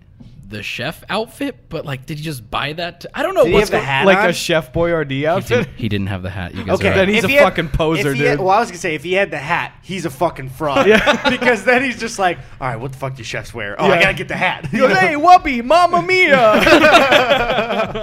Speaker 3: the chef outfit, but like, did he just buy that? to- I don't know
Speaker 2: Did he
Speaker 3: what's
Speaker 2: have the
Speaker 3: go-
Speaker 2: hat
Speaker 1: like
Speaker 2: on?
Speaker 1: a Chef Boyardee
Speaker 3: He
Speaker 1: outfit.
Speaker 3: didn't, he didn't have the hat. You guys
Speaker 2: Okay,
Speaker 3: are right.
Speaker 1: Then he's
Speaker 2: if
Speaker 1: a
Speaker 2: he had-
Speaker 1: fucking poser,
Speaker 2: if he had-
Speaker 1: dude.
Speaker 2: well, I was gonna say if he had the hat, he's a fucking fraud.
Speaker 1: Yeah.
Speaker 2: because then he's just like, all right, what the fuck do chefs wear? Oh, I
Speaker 1: Yeah.
Speaker 2: gotta get the hat.
Speaker 1: He goes, hey, Whoopi, Mamma Mia.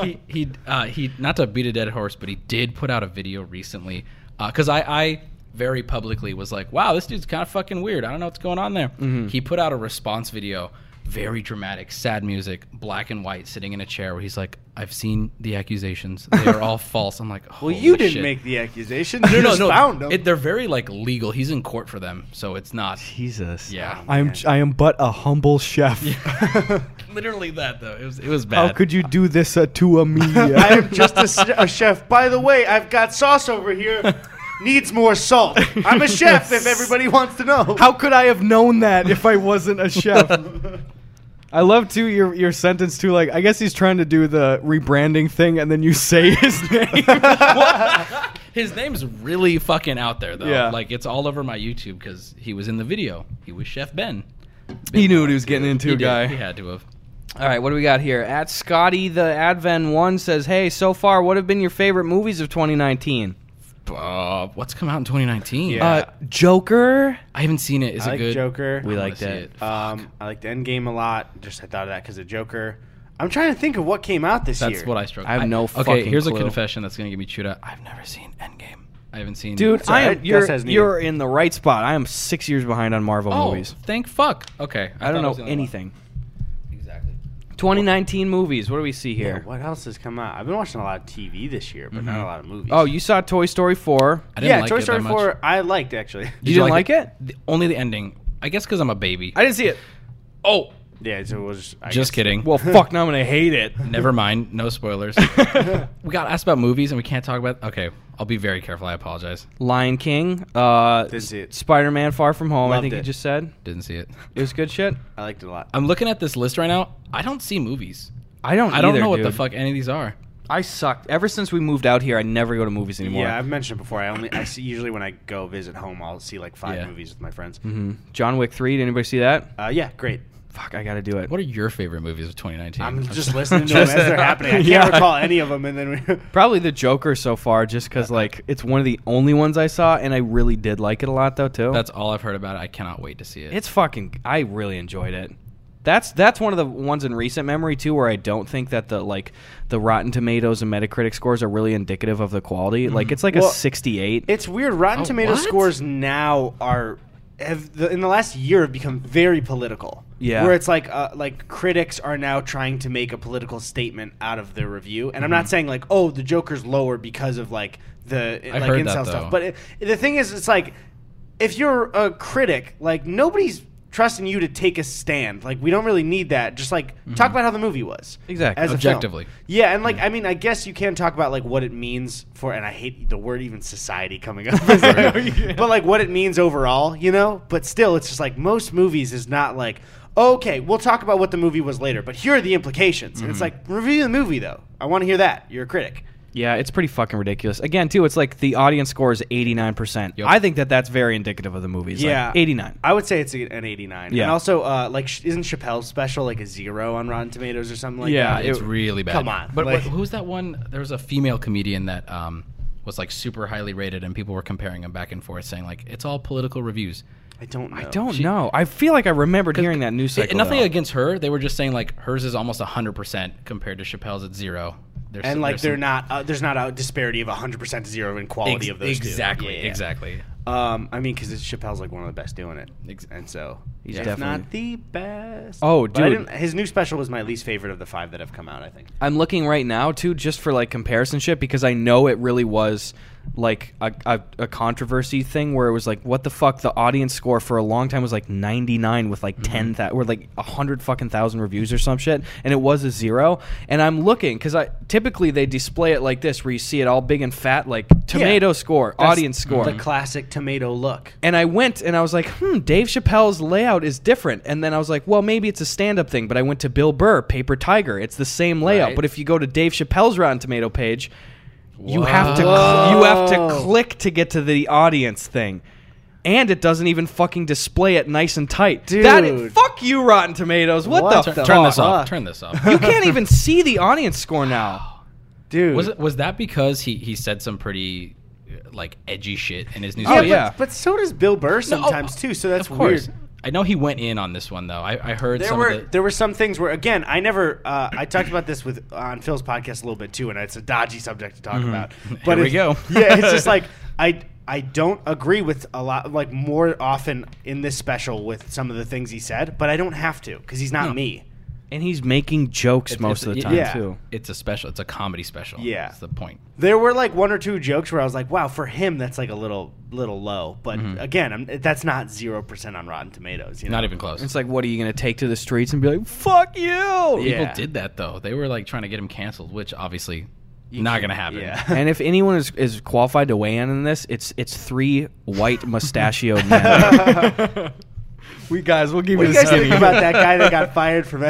Speaker 3: he he uh, he not to beat a dead horse, but he did put out a video recently because I I very publicly was like, wow, this dude's kind of fucking weird. I don't know what's going on there. He put out a response video, very dramatic, sad music, black and white, sitting in a chair where he's like, I've seen the accusations, they are all false. I'm like,
Speaker 2: well, you
Speaker 3: "Holy
Speaker 2: didn't
Speaker 3: shit."
Speaker 2: make the accusation.
Speaker 3: No,
Speaker 2: you
Speaker 3: no,
Speaker 2: just
Speaker 3: no.
Speaker 2: found them.
Speaker 3: It, they're very like legal. He's in court for them, so it's not.
Speaker 1: Jesus.
Speaker 3: Yeah,
Speaker 1: I'm I am but a humble chef.
Speaker 3: literally that though. It was it was bad.
Speaker 1: How could you do this uh, to a me?
Speaker 2: I am just a, s- a chef. By the way, I've got sauce over here. Needs more salt. I'm a chef. If everybody wants to know.
Speaker 1: How could I have known that if I wasn't a chef? I love too your your sentence too. Like I guess he's trying to do the rebranding thing, and then you say his name.
Speaker 3: His name's really fucking out there though.
Speaker 1: Yeah.
Speaker 3: Like it's all over my YouTube because he was in the video. He was Chef Ben.
Speaker 1: he knew what he was getting into,
Speaker 3: he did.
Speaker 1: guy.
Speaker 3: He had to have.
Speaker 1: All right, what do we got here? At Scotty the Adven One says, "Hey, so far, what have been your favorite movies of 2019?"
Speaker 3: Uh, what's come out in 2019?
Speaker 2: Yeah.
Speaker 1: Uh, Joker.
Speaker 3: I haven't seen it. Is
Speaker 2: I
Speaker 3: it
Speaker 2: like
Speaker 3: good?
Speaker 2: Joker.
Speaker 3: I
Speaker 2: We
Speaker 3: wanna
Speaker 1: liked
Speaker 3: see
Speaker 1: it.
Speaker 2: Um, I liked Endgame a lot. Just I thought of that because of Joker. I'm trying to think of what came out this year.
Speaker 3: That's what I struggle.
Speaker 1: I have no
Speaker 3: okay,
Speaker 1: fucking
Speaker 3: here's
Speaker 1: clue.
Speaker 3: a confession that's gonna get me chewed up. I've never seen Endgame. I haven't seen.
Speaker 1: Dude,
Speaker 2: Sorry,
Speaker 1: I
Speaker 2: I
Speaker 1: am,
Speaker 2: guess
Speaker 1: you're,
Speaker 2: hasn't either.
Speaker 1: you're in the right spot. I am six years behind on Marvel
Speaker 3: oh,
Speaker 1: movies.
Speaker 3: thank fuck. Okay,
Speaker 1: I, don't
Speaker 3: thought it was the
Speaker 1: know
Speaker 3: other one.
Speaker 1: anything.
Speaker 3: Exactly.
Speaker 1: 2019 movies. What do we see
Speaker 2: Yeah,
Speaker 1: here?
Speaker 2: what else has come out? I've been watching a lot of TV this year, but not a lot of movies.
Speaker 1: oh, you saw Toy Story 4.
Speaker 3: I didn't
Speaker 2: yeah,
Speaker 3: like
Speaker 2: Toy
Speaker 3: it
Speaker 2: Story
Speaker 3: that much.
Speaker 2: 4. I liked actually.
Speaker 1: You didn't like
Speaker 3: The- only the ending. I guess because I'm a baby.
Speaker 1: I didn't see it.
Speaker 3: oh,
Speaker 2: Yeah, so it was. I
Speaker 3: just
Speaker 2: guess-
Speaker 3: kidding.
Speaker 1: Well, fuck, now I'm going to hate it.
Speaker 3: Never mind. No spoilers. we got asked about movies and we can't talk about. Okay, I'll be very careful. I apologize.
Speaker 1: Lion King, uh,
Speaker 2: Didn't see it.
Speaker 1: Spider Man Far From Home, I
Speaker 2: Loved
Speaker 1: think you
Speaker 2: it.
Speaker 1: just said.
Speaker 3: Didn't see it.
Speaker 1: It was good shit.
Speaker 2: I liked it a lot.
Speaker 3: I'm looking at this list right now. I don't see movies.
Speaker 1: I don't
Speaker 3: I don't
Speaker 1: either,
Speaker 3: know what the
Speaker 1: dude.
Speaker 3: fuck any of these are.
Speaker 1: I sucked. Ever since we moved out here, I never go to movies anymore.
Speaker 2: Yeah, I've mentioned before. I only I see usually when I go visit home, I'll see like five
Speaker 3: Yeah. Mm-hmm.
Speaker 2: movies with my friends.
Speaker 1: John Wick 3, did anybody see that?
Speaker 2: Uh, yeah, great.
Speaker 1: Fuck, I got to do it.
Speaker 3: What are your favorite movies of 2019?
Speaker 2: I'm just listening to them as they're happening. I can't
Speaker 1: Yeah.
Speaker 2: recall any of them, and then we.
Speaker 1: Probably the Joker so far, just because like it's one of the only ones I saw, and I really did like it a lot though too.
Speaker 3: That's all I've heard about it. I cannot wait to see it.
Speaker 1: it's fucking. I really enjoyed it. That's that's one of the ones in recent memory too, where I don't think that the like the Rotten Tomatoes and Metacritic scores are really indicative of the quality. Like
Speaker 3: Mm-hmm.
Speaker 1: it's like
Speaker 2: Well,
Speaker 1: a sixty-eight.
Speaker 2: It's weird. Rotten
Speaker 3: Oh,
Speaker 2: Tomato
Speaker 3: what?
Speaker 2: scores now are have the, in the last year have become very political.
Speaker 1: Yeah.
Speaker 2: where it's like uh, like critics are now trying to make a political statement out of their review, and I'm
Speaker 3: Mm-hmm.
Speaker 2: not saying like oh the Joker's lower because of like the
Speaker 3: I've
Speaker 2: like
Speaker 3: heard
Speaker 2: incel
Speaker 3: that,
Speaker 2: stuff,
Speaker 3: though.
Speaker 2: but it, the thing is, it's like if you're a critic, like nobody's trusting you to take a stand. Like we don't really need that. Just like talk about how the movie was
Speaker 1: Exactly.
Speaker 2: as a film.
Speaker 3: Mm-hmm. Objectively.
Speaker 2: Yeah, and like I mean, I guess you can talk about like what it means for, and I hate the word even society coming up, but like what it means overall, you know. But still, it's just like most movies is not like okay, we'll talk about what the movie was later, but here are the implications. And it's like review the movie though. I want to hear that. You're a critic.
Speaker 1: yeah, it's pretty fucking ridiculous. Again, too, it's like the audience score is eighty-nine percent.
Speaker 3: Yep.
Speaker 1: I think that that's very indicative of the movie. It's
Speaker 2: Yeah.
Speaker 1: like eighty-nine.
Speaker 2: I would say it's a- an 89.
Speaker 1: Yeah.
Speaker 2: And also, uh, like, sh- isn't Chappelle's special like a zero on Rotten Tomatoes or something like
Speaker 1: Yeah,
Speaker 2: that?
Speaker 3: it's
Speaker 1: it-
Speaker 3: really bad.
Speaker 2: come on,
Speaker 3: But
Speaker 2: like-
Speaker 3: what, who's that one? There was a female comedian that um, was like super highly rated, and people were comparing them back and forth, saying like it's all political reviews.
Speaker 2: I don't know.
Speaker 1: I don't know. I feel like I remembered hearing that news
Speaker 3: It-
Speaker 1: cycle.
Speaker 3: nothing
Speaker 1: though.
Speaker 3: against her. They were just saying like hers is almost hundred percent compared to Chappelle's at zero. There's
Speaker 2: And
Speaker 3: some-
Speaker 2: like
Speaker 3: there's
Speaker 2: they're
Speaker 3: some-
Speaker 2: not uh, there's not a disparity of 100% to zero in quality
Speaker 3: Ex-
Speaker 2: of those two.
Speaker 3: exactly
Speaker 2: Yeah, yeah.
Speaker 3: exactly.
Speaker 2: Um, I mean, because Chappelle's like one of the best doing it,
Speaker 3: Ex-
Speaker 2: and so
Speaker 1: He's
Speaker 2: if
Speaker 1: definitely-
Speaker 2: not the best.
Speaker 1: Oh,
Speaker 2: But I
Speaker 1: dude.
Speaker 2: didn't- his new special was my least favorite of the five that have come out. I think.
Speaker 1: I'm looking right now too, just for like comparison shit, because I know it really was like a, a, a controversy thing where it was like, what the fuck? The audience score for a long time was like 99 with like
Speaker 2: Mm-hmm.
Speaker 1: 10 that or like a hundred fucking thousand reviews or some shit, and it was a zero. And I'm looking because I typically they display it like this, where you see it all big and fat, like tomato score,
Speaker 2: That's
Speaker 1: audience score,
Speaker 2: The classic tomato look.
Speaker 1: and I went and I was like, hmm, Dave Chappelle's layout is different. And then I was like, well, maybe it's a stand up thing. But I went to Bill Burr, Paper Tiger. It's the same layout.
Speaker 3: Right.
Speaker 1: But if you go to Dave Chappelle's Rotten Tomato page, you have to
Speaker 2: Whoa.
Speaker 1: you have to click to get to the audience thing. And it doesn't even fucking display it nice and tight.
Speaker 2: Dude.
Speaker 1: That fuck you, Rotten Tomatoes. What,
Speaker 2: What
Speaker 1: the
Speaker 2: the
Speaker 1: fuck?
Speaker 3: Turn this
Speaker 2: fuck?
Speaker 1: uh.
Speaker 3: off. Turn this off.
Speaker 1: You can't even see the audience score now.
Speaker 2: Dude,
Speaker 3: Was it, was that because he he said some pretty uh, like edgy shit in his news?
Speaker 1: Oh,
Speaker 2: Yeah,
Speaker 1: yeah.
Speaker 2: But, but so does Bill Burr sometimes too. So that's
Speaker 3: of course.
Speaker 2: weird.
Speaker 3: I know he went in on this one though. I, I heard
Speaker 2: There
Speaker 3: some
Speaker 2: were
Speaker 3: of the,
Speaker 2: there were some things where again I never uh, I talked about this with on Phil's podcast a little bit too, and it's a dodgy subject to talk about. But
Speaker 3: Mm-hmm. we
Speaker 2: it's-
Speaker 3: go.
Speaker 2: yeah, it's just like I I don't agree with a lot like more often in this special with some of the things he said, but I don't have to because he's not me.
Speaker 1: And he's making jokes
Speaker 3: It's-
Speaker 1: most
Speaker 3: it's-
Speaker 1: of the
Speaker 3: yeah.
Speaker 1: time
Speaker 2: Yeah.
Speaker 1: too.
Speaker 3: it's a special. It's a comedy special.
Speaker 2: Yeah.
Speaker 3: that's the point.
Speaker 2: There were like one or two jokes where I was like, wow, for him that's like a little little low. But again, I'm, that's not zero percent on Rotten Tomatoes. You know?
Speaker 3: Mm-hmm. Not even close.
Speaker 1: It's like, what are you gonna take to the streets and be like, fuck you?
Speaker 2: Yeah.
Speaker 3: People did that though. They were like trying to get him canceled, which obviously not gonna happen.
Speaker 2: Yeah.
Speaker 1: and if anyone is, is qualified to weigh in on this, it's it's three white mustachioed men. we guys, we'll give
Speaker 2: What do you guys think about that guy that got fired from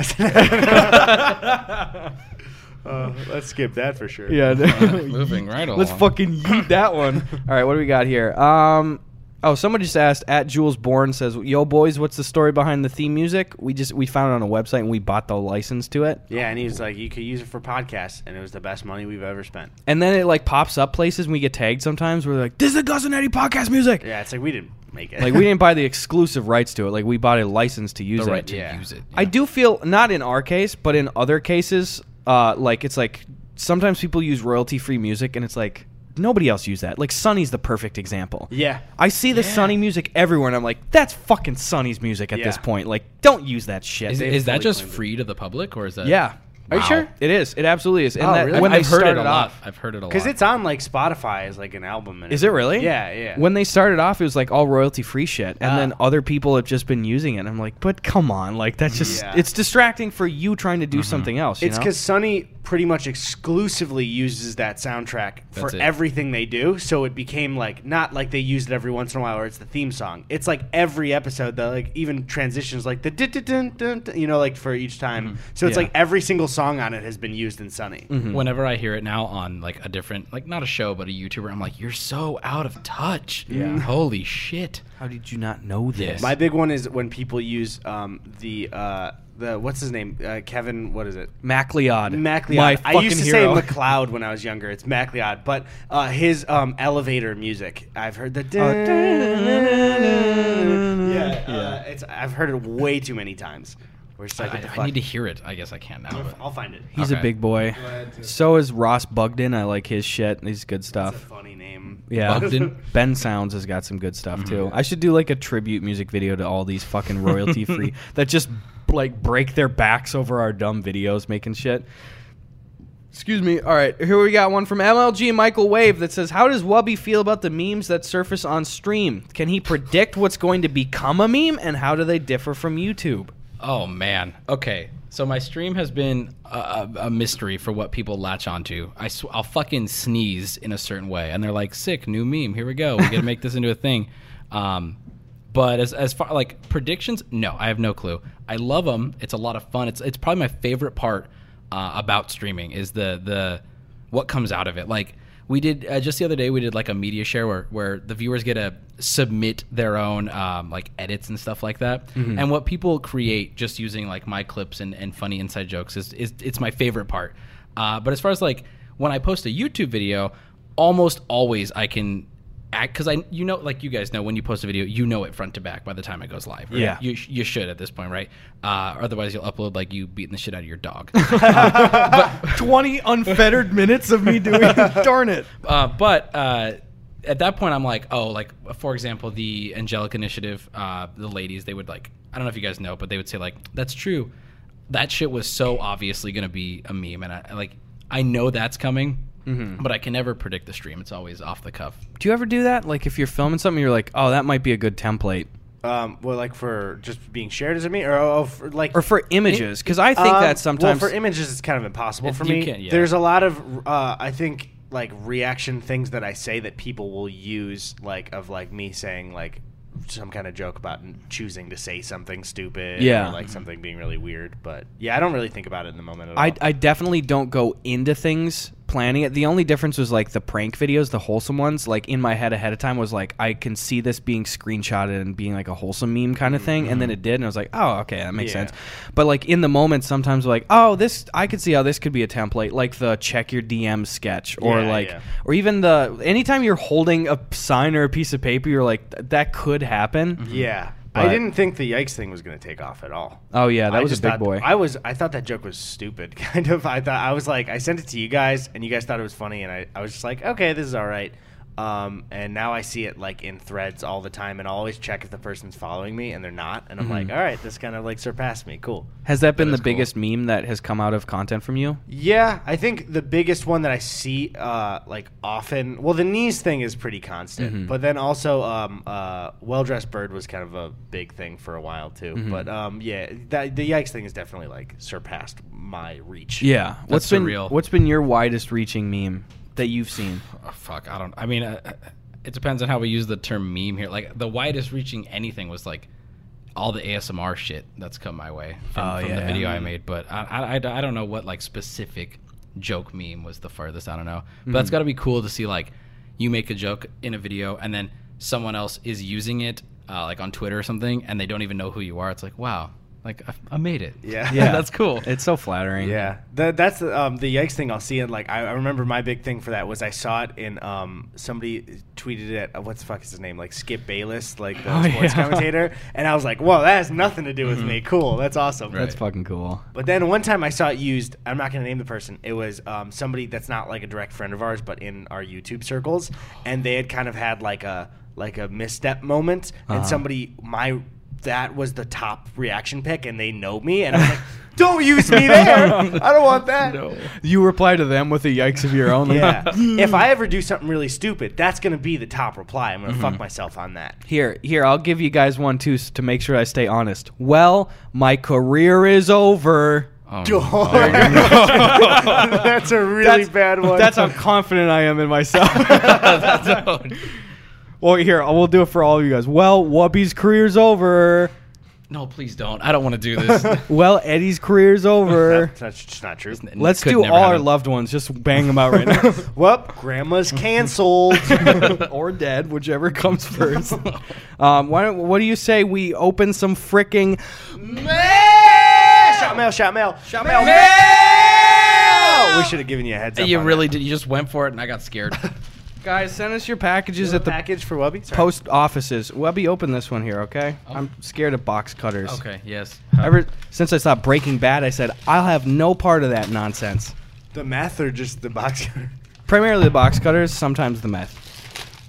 Speaker 2: SNL? uh, let's skip that for sure.
Speaker 1: Yeah,
Speaker 3: Moving right along.
Speaker 1: let's fucking yeet that one. All right, what do we got here? Um, oh, somebody just asked at Jules Bourne says, "Yo boys, what's the story behind the theme music? We just we found it on a website and we bought the license to it,
Speaker 2: Yeah, and he was like, you could use it for podcasts, and it was the best money we've ever spent.
Speaker 1: and then it like pops up places and we get tagged sometimes. We're like, this is the Gus and Eddie podcast music.
Speaker 2: Yeah, it's like we didn't make it.
Speaker 1: Like we didn't buy the exclusive rights to it. Like we bought a license to use
Speaker 3: the right
Speaker 1: it.
Speaker 3: to
Speaker 2: Yeah.
Speaker 3: use it.
Speaker 1: I do feel not in our case, but in other cases, uh, like it's like sometimes people use royalty free music, and it's like nobody else used that. Like Sonny's the perfect example.
Speaker 2: yeah.
Speaker 1: I see the Sonny music everywhere, and I'm like, that's fucking Sonny's music at
Speaker 2: Yeah.
Speaker 1: this point. Like, don't use that shit.
Speaker 3: Is,
Speaker 2: They've
Speaker 3: is that
Speaker 2: fully
Speaker 3: just
Speaker 2: claimed it.
Speaker 3: free to the public or is that?
Speaker 1: yeah.
Speaker 3: Are you Wow. sure?
Speaker 1: It is. It absolutely is. And
Speaker 2: Oh,
Speaker 1: that,
Speaker 2: really?
Speaker 1: when
Speaker 3: I've
Speaker 1: they
Speaker 3: heard
Speaker 1: started
Speaker 3: it a lot.
Speaker 1: off,
Speaker 3: I've heard it a lot.
Speaker 2: Because it's on like Spotify as like an album. And
Speaker 1: is it really?
Speaker 2: Yeah, yeah.
Speaker 1: When they started off, it was like all royalty free shit, and
Speaker 2: Ah.
Speaker 1: then other people have just been using it. And I'm like, but come on, like that's just
Speaker 2: Yeah.
Speaker 1: it's distracting for you trying to do something else. you
Speaker 2: it's
Speaker 1: know?
Speaker 2: because Sonny pretty much exclusively uses that soundtrack
Speaker 3: That's
Speaker 2: for
Speaker 3: it.
Speaker 2: everything they do. So it became like not like they used it every once in a while or it's the theme song. It's like every episode that like even transitions like the dun dun dun dun, you know like for each time. So it's
Speaker 1: Mm-hmm. Yeah. Mm-hmm.
Speaker 2: like every single song on it has been used in Sonny.
Speaker 3: whenever I hear it now on like a different, like not a show, but a YouTuber, I'm like, you're so out of touch. Yeah. Holy shit.
Speaker 1: How did you not know this?
Speaker 2: My big one is when people use um, the uh, the what's his name uh, Kevin what is it
Speaker 1: MacLeod.
Speaker 2: MacLeod.
Speaker 1: My
Speaker 2: I used to
Speaker 1: fucking hero.
Speaker 2: say McLeod when I was younger. It's MacLeod, but uh, his um, elevator music. I've heard the. yeah, uh, it's. I've heard it way too many times. We're just like,
Speaker 3: I,
Speaker 2: what the
Speaker 3: I
Speaker 2: fuck?
Speaker 3: need to hear it. I guess I can now. but-
Speaker 2: I'll find it.
Speaker 1: He's a
Speaker 3: Okay.
Speaker 1: big boy. So is Ross Bugden. I like his shit. He's good
Speaker 2: That's a
Speaker 1: stuff.
Speaker 2: funny name.
Speaker 1: Yeah. Mm-hmm.
Speaker 3: Bugden?
Speaker 1: Ben Sounds has got some good stuff too. I should do like a tribute music video to all these fucking royalty free that just like break their backs over our dumb videos making shit. Excuse me. All right, here we got one from MLG Michael Wave that says, "How does Wubby feel about the memes that surface on stream? Can he predict what's going to become a meme, and how do they differ from YouTube?"
Speaker 3: Oh man. Okay. So my stream has been a, a, a mystery for what people latch onto. I sw- I'll fucking sneeze in a certain way, and they're like, "Sick new meme. Here we go. We gotta make this into a thing." Um, but as as far like predictions, no, I have no clue. I love them. It's a lot of fun. It's it's probably my favorite part uh, about streaming is the the what comes out of it. Like we did uh, just the other day, we did like a media share where, where the viewers get to submit their own um, like edits and stuff like that. And what people create just using like my clips and, and funny inside jokes is, is it's my favorite part. Uh, but as far as like when I post a YouTube video, almost always I can because I you know like you guys know when you post a video you know it front to back by the time it goes live. Right?
Speaker 1: Yeah.
Speaker 3: you, sh- you should at this point, right? Uh, otherwise, you'll upload like you beating the shit out of your dog. Uh, but
Speaker 1: 20 unfettered minutes of me doing darn it.
Speaker 3: uh, but uh, at that point, I'm like, oh, like for example, the Angelic Initiative, uh, the ladies, they would like, I don't know if you guys know, but they would say like, that's true. That shit was so obviously gonna be a meme, and I I, like, I know that's coming, but I can never predict the stream. It's always off the cuff.
Speaker 1: Do you ever do that? Like if you're filming something you're like, "Oh, that might be a good template."
Speaker 2: Um, well, like for just being shared as a meme, or oh, for like
Speaker 1: Or for images cuz I think
Speaker 2: Um,
Speaker 1: that sometimes
Speaker 2: Well, for images, it's kind of impossible
Speaker 3: It-
Speaker 2: for
Speaker 3: you
Speaker 2: me.
Speaker 3: can't- yeah.
Speaker 2: There's a lot of, uh, I think, like reaction things that I say that people will use, like of like me saying like some kind of joke about n- choosing to say something stupid,
Speaker 1: Yeah.
Speaker 2: or, like
Speaker 3: Mm-hmm.
Speaker 2: something being really weird. But yeah, I don't really think about it in the moment at all.
Speaker 1: I, I definitely don't go into things planning it. The only difference was like the prank videos, the wholesome ones, like in my head ahead of time was like I can see this being screenshotted and being like a wholesome meme kind of thing, and then it did, and I was like, oh, okay, that makes
Speaker 2: Mm, Yeah.
Speaker 1: sense. But like in the moment, sometimes like, oh, this I could see how this could be a template, like the check your DM sketch, or
Speaker 2: Yeah,
Speaker 1: like,
Speaker 2: yeah.
Speaker 1: or even the anytime you're holding a sign or a piece of paper, you're like, "Th- that could happen.
Speaker 2: Mm-hmm. yeah,
Speaker 1: Mm-hmm. But-
Speaker 2: I didn't think the yikes thing was going to take off at all.
Speaker 1: Oh yeah, that
Speaker 2: I
Speaker 1: was a
Speaker 2: just
Speaker 1: big
Speaker 2: thought-
Speaker 1: boy.
Speaker 2: I was I thought that joke was stupid, kind of. I thought I was like I sent it to you guys and you guys thought it was funny and I, I was just like, okay, this is all right. Um, and now I see it like in threads all the time and I always check if the person's following me and they're not and I'm like,
Speaker 1: Mm-hmm.
Speaker 2: all right, this kind of like surpassed me. Cool.
Speaker 1: Has that been
Speaker 3: That is
Speaker 1: the
Speaker 3: cool.
Speaker 1: biggest meme that has come out of content from you?
Speaker 2: Yeah, I think the biggest one that I see uh, like often. Well, the knees thing is pretty constant,
Speaker 1: Mm-hmm.
Speaker 2: but then also um, uh, well dressed bird was kind of a big thing for a while too.
Speaker 1: Mm-hmm.
Speaker 2: But um, yeah, that, the yikes thing is definitely like surpassed my reach.
Speaker 1: Yeah. what's been
Speaker 3: surreal.
Speaker 1: what's been your widest reaching meme that you've seen?
Speaker 3: Oh, fuck, I don't. I mean, uh, it depends on how we use the term meme here. Like the widest reaching anything was like all the ASMR shit that's come my way from,
Speaker 1: Oh,
Speaker 3: from
Speaker 1: yeah.
Speaker 3: the video I made. But I, I, I- I don't know what like specific joke meme was the furthest. I don't know. But that's
Speaker 1: Hmm.
Speaker 3: got to be cool to see like you make a joke in a video and then someone else is using it uh, like on Twitter or something, and they don't even know who you are. It's like wow, like I, I made it.
Speaker 2: Yeah.
Speaker 1: Yeah.
Speaker 3: that's cool.
Speaker 1: It's so flattering.
Speaker 2: Yeah, that, that's um, the yikes thing I'll see. And like, I, I remember my big thing for that was I saw it in um, somebody tweeted it. uh, What the fuck is his name? Like Skip Bayless, like the
Speaker 1: Oh,
Speaker 2: sports
Speaker 1: yeah. Mm-hmm.
Speaker 2: commentator. And I was like, whoa, that has nothing to do with me. Cool, that's awesome.
Speaker 3: Right.
Speaker 1: That's fucking cool.
Speaker 2: But then one time I saw it used. I'm not going to name the person. It was um, somebody that's not like a direct friend of ours, but in our YouTube circles, and they had kind of had like a like a misstep moment, and somebody my that was the top reaction pick, and they know me, and I'm like, don't use me there. I don't want that.
Speaker 1: You reply to them with a yikes of your own.
Speaker 2: Yeah. if I ever do something really stupid, that's going to be the top reply. I'm going to fuck myself on that.
Speaker 1: Here, here, I'll give you guys one too s- to make sure I stay honest. Well, my career is over.
Speaker 3: Um,
Speaker 2: that's a really bad one.
Speaker 1: That's how confident I am in myself. well, here, uh, we'll do it for all of you guys. Well, Whoopi's career's over.
Speaker 3: no, please don't. I don't want to do this.
Speaker 1: Well, Eddie's career's over.
Speaker 2: That- that's just not true.
Speaker 1: Let's
Speaker 3: Could
Speaker 1: do
Speaker 3: never
Speaker 1: all our
Speaker 3: happen.
Speaker 1: loved ones. Just bang them out right now.
Speaker 2: Well, grandma's canceled.
Speaker 1: or dead, whichever comes first. um, why don't, what do you say we open some fricking
Speaker 2: Shout mail, shout mail. Shout mail. We should have given you a heads up.
Speaker 3: you
Speaker 2: on
Speaker 3: really did. You just went for it, and I got scared.
Speaker 1: guys? Send us your packages
Speaker 2: that.
Speaker 1: at the
Speaker 2: package for Wubby? Sorry.
Speaker 1: post offices. Webby, open this one here, okay? I'm scared of box cutters.
Speaker 3: Oh. okay. Yes.
Speaker 1: Ever since I saw Breaking Bad, I said I'll have no part of that nonsense.
Speaker 2: the math or just the box cutter?
Speaker 1: Primarily the box cutters, sometimes the meth.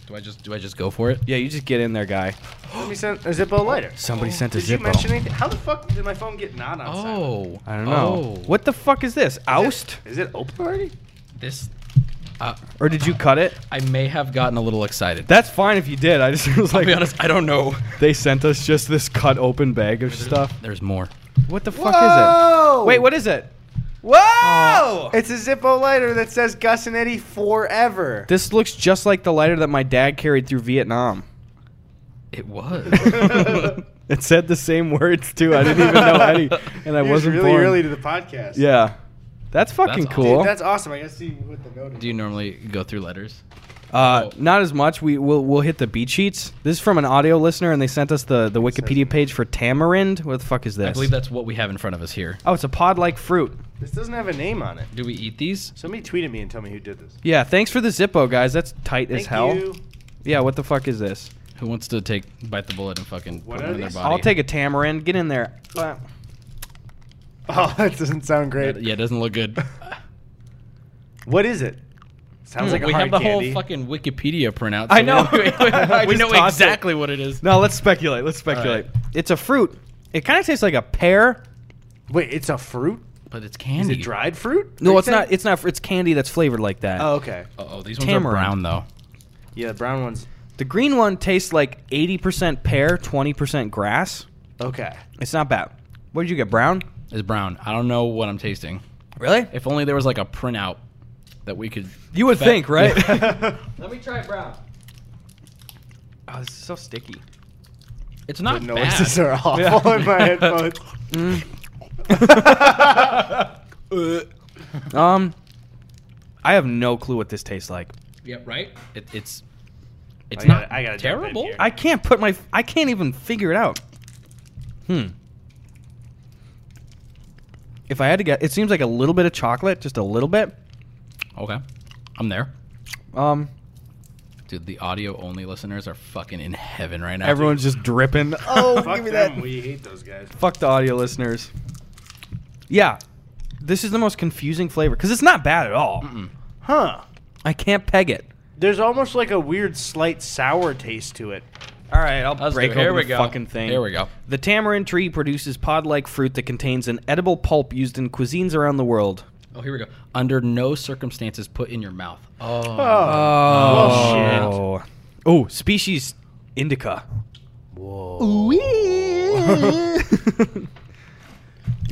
Speaker 3: Do I just do I just go for it?
Speaker 1: Yeah, you just get in there, guy.
Speaker 2: Let me send a Zippo lighter. Oh,
Speaker 1: Somebody sent a
Speaker 2: Did you
Speaker 1: Zippo.
Speaker 2: mention anything? How the fuck did my phone get not on silent?
Speaker 3: Oh.
Speaker 1: I don't know.
Speaker 3: Oh.
Speaker 1: What the fuck is this? Oust?
Speaker 2: Is it open already?
Speaker 3: This. Uh,
Speaker 1: Or did you cut it?
Speaker 3: I may have gotten a little excited.
Speaker 1: That's fine if you did. I just was
Speaker 3: to
Speaker 1: like,
Speaker 3: be honest, I don't know.
Speaker 1: they sent us just this cut open bag of stuff.
Speaker 3: There's more.
Speaker 1: What the fuck is it? Wait, what Oh. is it? Uh, Whoa!
Speaker 2: It's a Zippo lighter that says Gus and Eddie forever.
Speaker 1: this looks just like the lighter that my dad carried through Vietnam.
Speaker 3: It was.
Speaker 1: It said the same words too. I didn't even know any, and I
Speaker 2: He
Speaker 1: wasn't
Speaker 2: really
Speaker 1: born.
Speaker 2: early to the podcast.
Speaker 1: yeah, that's fucking
Speaker 3: That's
Speaker 1: cool.
Speaker 2: Dude, that's awesome. I gotta see what the note is.
Speaker 3: do you normally go through letters?
Speaker 1: uh, not as much. We will we'll hit the beat sheets. This is from an audio listener, and they sent us the the Wikipedia page for tamarind. What the fuck is this?
Speaker 3: I believe that's what we have in front of us here.
Speaker 1: Oh, it's a pod like fruit.
Speaker 2: This doesn't have a name on it.
Speaker 3: Do we eat these?
Speaker 2: Somebody tweet at me and tell me who did this.
Speaker 1: Yeah, thanks for the Zippo, guys. That's tight as
Speaker 2: Thank
Speaker 1: hell.
Speaker 2: you.
Speaker 1: Yeah, what the fuck is this?
Speaker 3: Who wants to take bite the bullet and fucking
Speaker 2: What
Speaker 3: put
Speaker 2: are
Speaker 3: it in their
Speaker 2: these?
Speaker 3: body?
Speaker 1: I'll take a tamarind. Get in there. Uh,
Speaker 2: Oh, that doesn't sound great.
Speaker 3: Yeah, it doesn't look good.
Speaker 2: What is it? Sounds like a
Speaker 3: Hmm, we
Speaker 2: hard
Speaker 3: have the
Speaker 2: candy.
Speaker 3: whole fucking Wikipedia printout.
Speaker 1: I
Speaker 3: so
Speaker 1: know.
Speaker 3: We know,
Speaker 1: I
Speaker 3: we
Speaker 1: just
Speaker 3: know
Speaker 1: tossed it.
Speaker 3: exactly what it is.
Speaker 1: No, let's speculate. Let's speculate. It's a fruit. It kind of tastes like a pear.
Speaker 2: Wait, it's a fruit?
Speaker 3: But it's
Speaker 2: Is
Speaker 3: candy.
Speaker 2: it dried fruit?
Speaker 1: No,
Speaker 2: They
Speaker 1: it's
Speaker 2: said?
Speaker 1: not. It's not. fr- It's candy that's flavored like that.
Speaker 2: Oh, okay.
Speaker 3: Oh, these ones
Speaker 1: Tamarind.
Speaker 3: are brown though.
Speaker 2: Yeah, the brown ones.
Speaker 1: The green one tastes like eighty percent pear, twenty percent grass.
Speaker 2: Okay.
Speaker 1: It's not bad. What did you get? Brown?
Speaker 3: It's brown. I don't know what I'm tasting.
Speaker 1: Really?
Speaker 3: If only there was like a printout that we could.
Speaker 1: You would
Speaker 3: Back-
Speaker 1: think, right?
Speaker 2: But
Speaker 1: Let me try brown. Oh, this is so sticky.
Speaker 3: It's not bad.
Speaker 2: noises are awful in my headphones.
Speaker 1: Mm. Um, I have no clue what this tastes like.
Speaker 3: Yeah, right. It, it's it's
Speaker 2: I
Speaker 3: not
Speaker 2: gotta- I gotta jump in
Speaker 3: terrible.
Speaker 2: here.
Speaker 1: I can't put my. I can't even figure it out. Hmm. If I had to get, it seems like a little bit of chocolate, just a little bit.
Speaker 3: okay, I'm there.
Speaker 1: Um,
Speaker 3: Dude, the audio only listeners are fucking in heaven right now.
Speaker 1: everyone's just dripping. Oh, give me that.
Speaker 2: We hate those guys.
Speaker 1: Fuck the audio listeners. Yeah, this is the most confusing flavor because it's not bad at all.
Speaker 2: Huh.
Speaker 1: I can't peg it.
Speaker 2: There's almost like a weird slight sour taste to it.
Speaker 1: All right, I'll
Speaker 3: Let's
Speaker 1: break
Speaker 3: do it. Here
Speaker 1: open
Speaker 3: we
Speaker 1: the
Speaker 3: go.
Speaker 1: fucking thing.
Speaker 3: Here we go.
Speaker 1: The tamarind tree produces pod-like fruit that contains an edible pulp used in cuisines around the world.
Speaker 3: Oh, here we go. Under no circumstances put in your mouth. Oh,
Speaker 1: Oh. shit. Oh, species indica. Whoa.
Speaker 3: Oh.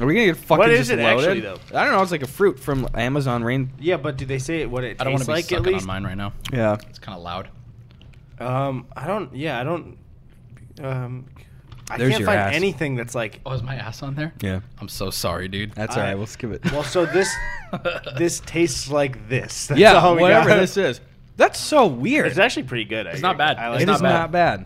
Speaker 1: Are we gonna get fucking
Speaker 2: What is
Speaker 1: just
Speaker 2: it
Speaker 1: loaded?
Speaker 2: actually, though?
Speaker 1: I don't know. It's like a fruit from Amazon rain.
Speaker 2: Yeah, but do they say what it
Speaker 3: I don't want
Speaker 2: tastes
Speaker 3: to
Speaker 2: like at
Speaker 3: be sucking on
Speaker 2: least?
Speaker 3: mine right now.
Speaker 1: Yeah.
Speaker 3: It's kind of loud.
Speaker 2: Um, I don't. Yeah, I don't. Um, I
Speaker 1: There's
Speaker 2: can't
Speaker 1: your
Speaker 2: find
Speaker 1: ass.
Speaker 2: anything that's like.
Speaker 3: Oh, is my ass on there?
Speaker 1: Yeah.
Speaker 3: I'm so sorry, dude.
Speaker 1: That's
Speaker 2: I-
Speaker 1: all right. We'll skip it.
Speaker 2: Well, so this this tastes like this. That's
Speaker 1: yeah,
Speaker 2: all we
Speaker 1: whatever
Speaker 2: got.
Speaker 1: this is. That's so weird.
Speaker 2: It's actually pretty good. I
Speaker 3: It's not bad.
Speaker 2: I
Speaker 3: It's
Speaker 1: It
Speaker 2: like
Speaker 1: is
Speaker 2: it.
Speaker 1: not bad.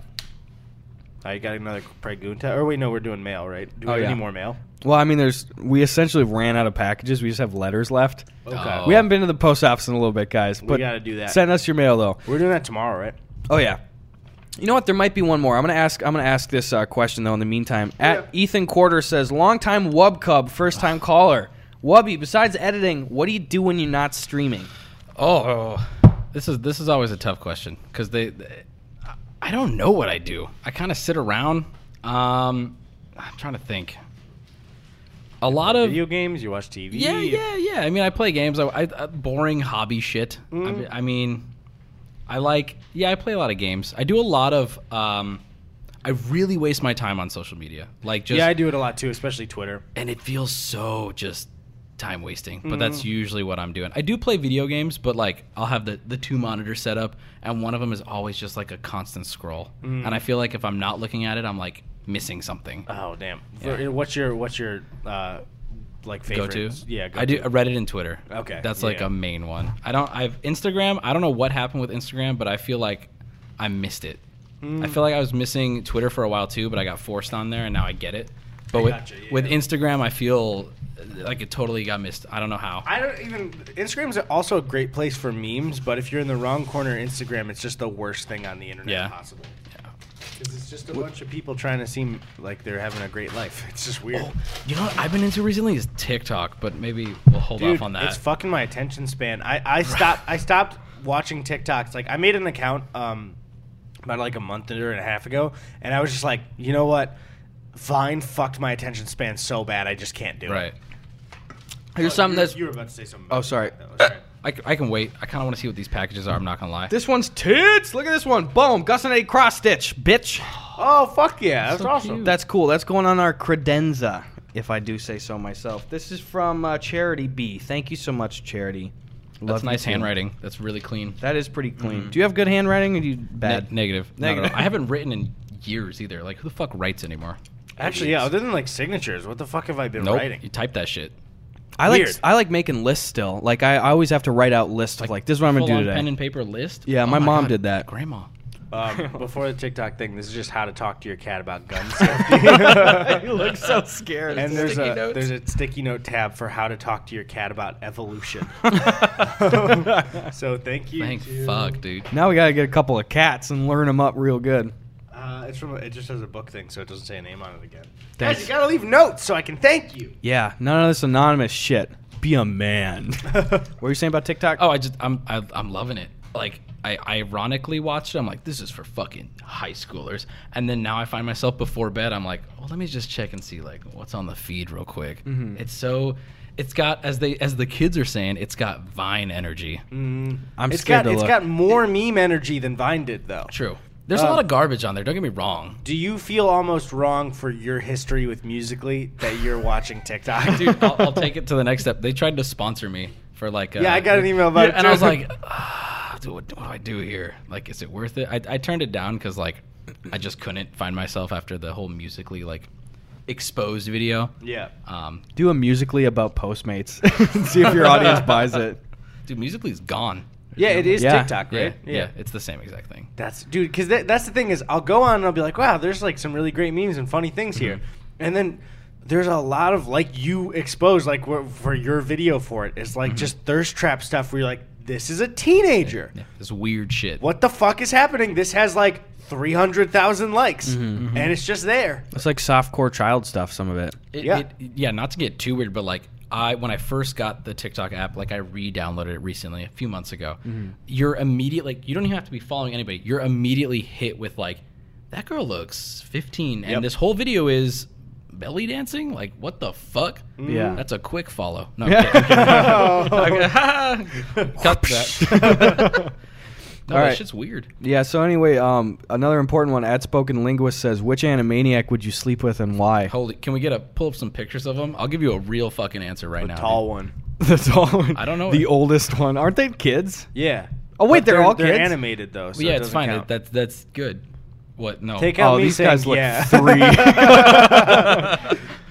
Speaker 2: I got another Pregunta. Or wait, no, we're doing mail, right? Do we
Speaker 1: Oh,
Speaker 2: have
Speaker 1: yeah.
Speaker 2: any more mail?
Speaker 1: Well, I mean, there's we essentially ran out of packages. We just have letters left.
Speaker 2: Okay.
Speaker 3: Oh.
Speaker 1: We haven't been to the post office in a little bit, guys. But
Speaker 2: gotta do that.
Speaker 1: Send us your mail though.
Speaker 2: We're doing that tomorrow, right?
Speaker 1: Oh yeah. You know what? There might be one more. I'm gonna ask. I'm gonna ask this uh, question though. In the meantime, at Ethan Quarter says, "Longtime Wub Cub, first time caller. Wubby, besides editing, what do you do when you're not streaming?
Speaker 3: Oh, oh. this is this is always a tough question because they, they- I- I don't know what I do. I kind of sit around. Um, I'm trying to think. A lot of
Speaker 2: Video games, you watch TV.
Speaker 3: yeah, yeah, yeah. I mean, I play games. I, I, I boring hobby shit. I mean- I, mean, I like yeah. I play a lot of games. I do a lot of. Um, I really waste my time on social media. Like just
Speaker 2: Yeah, I do it a lot too, especially Twitter.
Speaker 3: and it feels so just time wasting but that's
Speaker 2: Mm.
Speaker 3: usually what i'm doing i do play video games but like i'll have the, the two monitors set up and one of them is always just like a constant scroll and
Speaker 2: Mm.
Speaker 3: i feel like if i'm not looking at it i'm like missing something
Speaker 2: Oh damn! For- What's your what's your uh, like
Speaker 3: go
Speaker 2: favorite?
Speaker 3: to
Speaker 2: Yeah, go
Speaker 3: i do
Speaker 2: to.
Speaker 3: reddit and twitter
Speaker 2: Okay,
Speaker 3: that's like
Speaker 2: yeah.
Speaker 3: a main one i don't i've instagram i don't know what happened with instagram but i feel like i missed it i
Speaker 2: Mm.
Speaker 3: feel like i was missing twitter for a while too but i got forced on there and now i get it but with,
Speaker 2: gotcha, yeah.
Speaker 3: with instagram i feel uh, like it totally got missed i don't know how
Speaker 2: I don't even. Instagram's also a great place for memes, but if you're in the wrong corner of Instagram, it's just the worst thing on the internet
Speaker 3: Yeah.
Speaker 2: possible. Because it's just a bunch of people trying to seem like they're having a great life. It's just
Speaker 3: Oh,
Speaker 2: weird.
Speaker 3: You know what I've been into recently is TikTok, but maybe we'll hold
Speaker 2: Dude,
Speaker 3: off on
Speaker 2: it's
Speaker 3: that.
Speaker 2: fucking my attention span. I I stopped I stopped watching TikToks. Like I made an account um about like a month and a half ago, and I was just like, you know what? Vine fucked my attention span so bad, I just can't do
Speaker 3: right.
Speaker 2: it.
Speaker 1: Here's something that's
Speaker 2: You were about to say something.
Speaker 1: Oh, sorry.
Speaker 2: Oh, sorry.
Speaker 3: I, c- I can wait. I kind of want to see what these packages are. I'm not gonna lie.
Speaker 1: this one's tits. Look at this one. Boom. Gus and Eddie cross stitch. Bitch.
Speaker 2: Oh, fuck yeah, that's
Speaker 3: So
Speaker 2: awesome.
Speaker 3: cute.
Speaker 1: That's cool. That's going on our credenza, if I do say so myself. This is from uh, Charity B. Thank you so much, Charity. Love
Speaker 3: That's
Speaker 1: you
Speaker 3: nice
Speaker 1: too.
Speaker 3: handwriting. Mm-hmm. That's really clean.
Speaker 1: That is pretty clean. Do you have good handwriting or do you bad?
Speaker 3: Ne- negative. Not
Speaker 1: Negative.
Speaker 3: at all. I haven't written in years either. Like who the fuck writes anymore?
Speaker 2: Actually, yeah. Other than like signatures, what the fuck have I been
Speaker 3: Nope. You
Speaker 2: writing?
Speaker 3: type that shit.
Speaker 1: I like
Speaker 2: Weird.
Speaker 1: I like making lists still. Like I, I always have to write out lists of like this is what I'm gonna do
Speaker 3: Full-on
Speaker 1: today.
Speaker 3: Pen and paper list.
Speaker 1: Yeah,
Speaker 3: Oh
Speaker 1: my mom
Speaker 3: God.
Speaker 1: did that.
Speaker 3: Grandma.
Speaker 2: Um, before the TikTok thing, this is just how to talk to your cat about guns.
Speaker 1: you look so scared.
Speaker 2: and there's
Speaker 3: Sticky
Speaker 2: a
Speaker 3: notes.
Speaker 2: there's a sticky note tab for how to talk to your cat about evolution. so thank you.
Speaker 3: Thank
Speaker 2: to-
Speaker 3: fuck, dude.
Speaker 1: now we gotta get a couple of cats and learn them up real good.
Speaker 2: Uh, it's from a, it just has a book thing, so it doesn't say a name on it again.
Speaker 1: Thanks.
Speaker 2: Guys, you gotta leave notes so I can thank you.
Speaker 1: Yeah, none of this anonymous shit. Be a man. what were you saying about TikTok?
Speaker 3: Oh, I just I'm I, I'm loving it. Like I ironically watched it. I'm like, this is for fucking high schoolers. And then now I find myself before bed. I'm like, well, let me just check and see like what's on the feed real quick. It's so, it's got as they as the kids are saying, it's got Vine energy.
Speaker 1: I'm
Speaker 2: It's
Speaker 1: scared
Speaker 2: got
Speaker 1: to
Speaker 2: it's
Speaker 1: look.
Speaker 2: got more meme energy than Vine did though.
Speaker 3: True. There's a lot of garbage on there. Don't get me wrong.
Speaker 2: Do you feel almost wrong for your history with Musically that you're watching TikTok?
Speaker 3: Dude, I'll, I'll take it to the next step. They tried to sponsor me for like. uh,
Speaker 2: Yeah, I got an email about
Speaker 3: Yeah,
Speaker 2: it,
Speaker 3: and I was
Speaker 2: too.
Speaker 3: like, ah, dude, what, what do I do here? Like, is it worth it? I, I turned it down because like, I just couldn't find myself after the whole musically like exposed video.
Speaker 2: yeah.
Speaker 3: Um,
Speaker 1: Do a musically about Postmates. See if your audience buys it.
Speaker 3: dude, musically's gone.
Speaker 2: Yeah, it is
Speaker 1: Yeah.
Speaker 2: TikTok,
Speaker 3: Yeah,
Speaker 2: right?
Speaker 3: yeah, it's the same exact thing.
Speaker 2: That's dude, because that, that's the thing is, I'll go on and I'll be like, wow, there's like some really great memes and funny things here, and then there's a lot of like you expose like wh- for your video for it is like just thirst trap stuff where you're like, this is a teenager,
Speaker 3: Yeah, this weird shit.
Speaker 2: what the fuck is happening? This has like three hundred thousand likes, and it's just there.
Speaker 1: It's like softcore child stuff. Some of it.
Speaker 3: It-
Speaker 2: Yeah.
Speaker 3: it- yeah, not to get too weird, but like I when I first got the TikTok app, like I re-downloaded it recently a few months ago.
Speaker 2: Mm-hmm.
Speaker 3: You're immediate like you don't even have to be following anybody. You're immediately hit with like that girl looks 15
Speaker 2: Yep.
Speaker 3: and this whole video is belly dancing? Like what the fuck?
Speaker 2: Mm.
Speaker 1: Yeah.
Speaker 3: That's a quick follow. No, I'm kidding. I'm kidding. Cut that. no,
Speaker 1: All
Speaker 3: that
Speaker 1: right.
Speaker 3: shit's weird.
Speaker 1: Yeah. So anyway, um, another important one. At Spoken Linguist says, which animaniac would you sleep with and why?
Speaker 3: Holy, can we get a pull up some pictures of them? I'll give you a real fucking answer right now.
Speaker 2: Tall one,
Speaker 1: the tall one.
Speaker 3: I don't know.
Speaker 1: The oldest one. Aren't they kids?
Speaker 2: yeah.
Speaker 1: Oh, wait,
Speaker 2: But
Speaker 1: they're all
Speaker 2: they're
Speaker 1: kids?
Speaker 2: animated though. So
Speaker 3: Well, yeah,
Speaker 2: it
Speaker 3: it's
Speaker 2: doesn't
Speaker 3: fine.
Speaker 2: count.
Speaker 3: That, that's that's good. What? No.
Speaker 2: Take out
Speaker 1: Oh,
Speaker 2: me
Speaker 1: these
Speaker 2: saying,
Speaker 1: guys look
Speaker 2: yeah.
Speaker 1: three.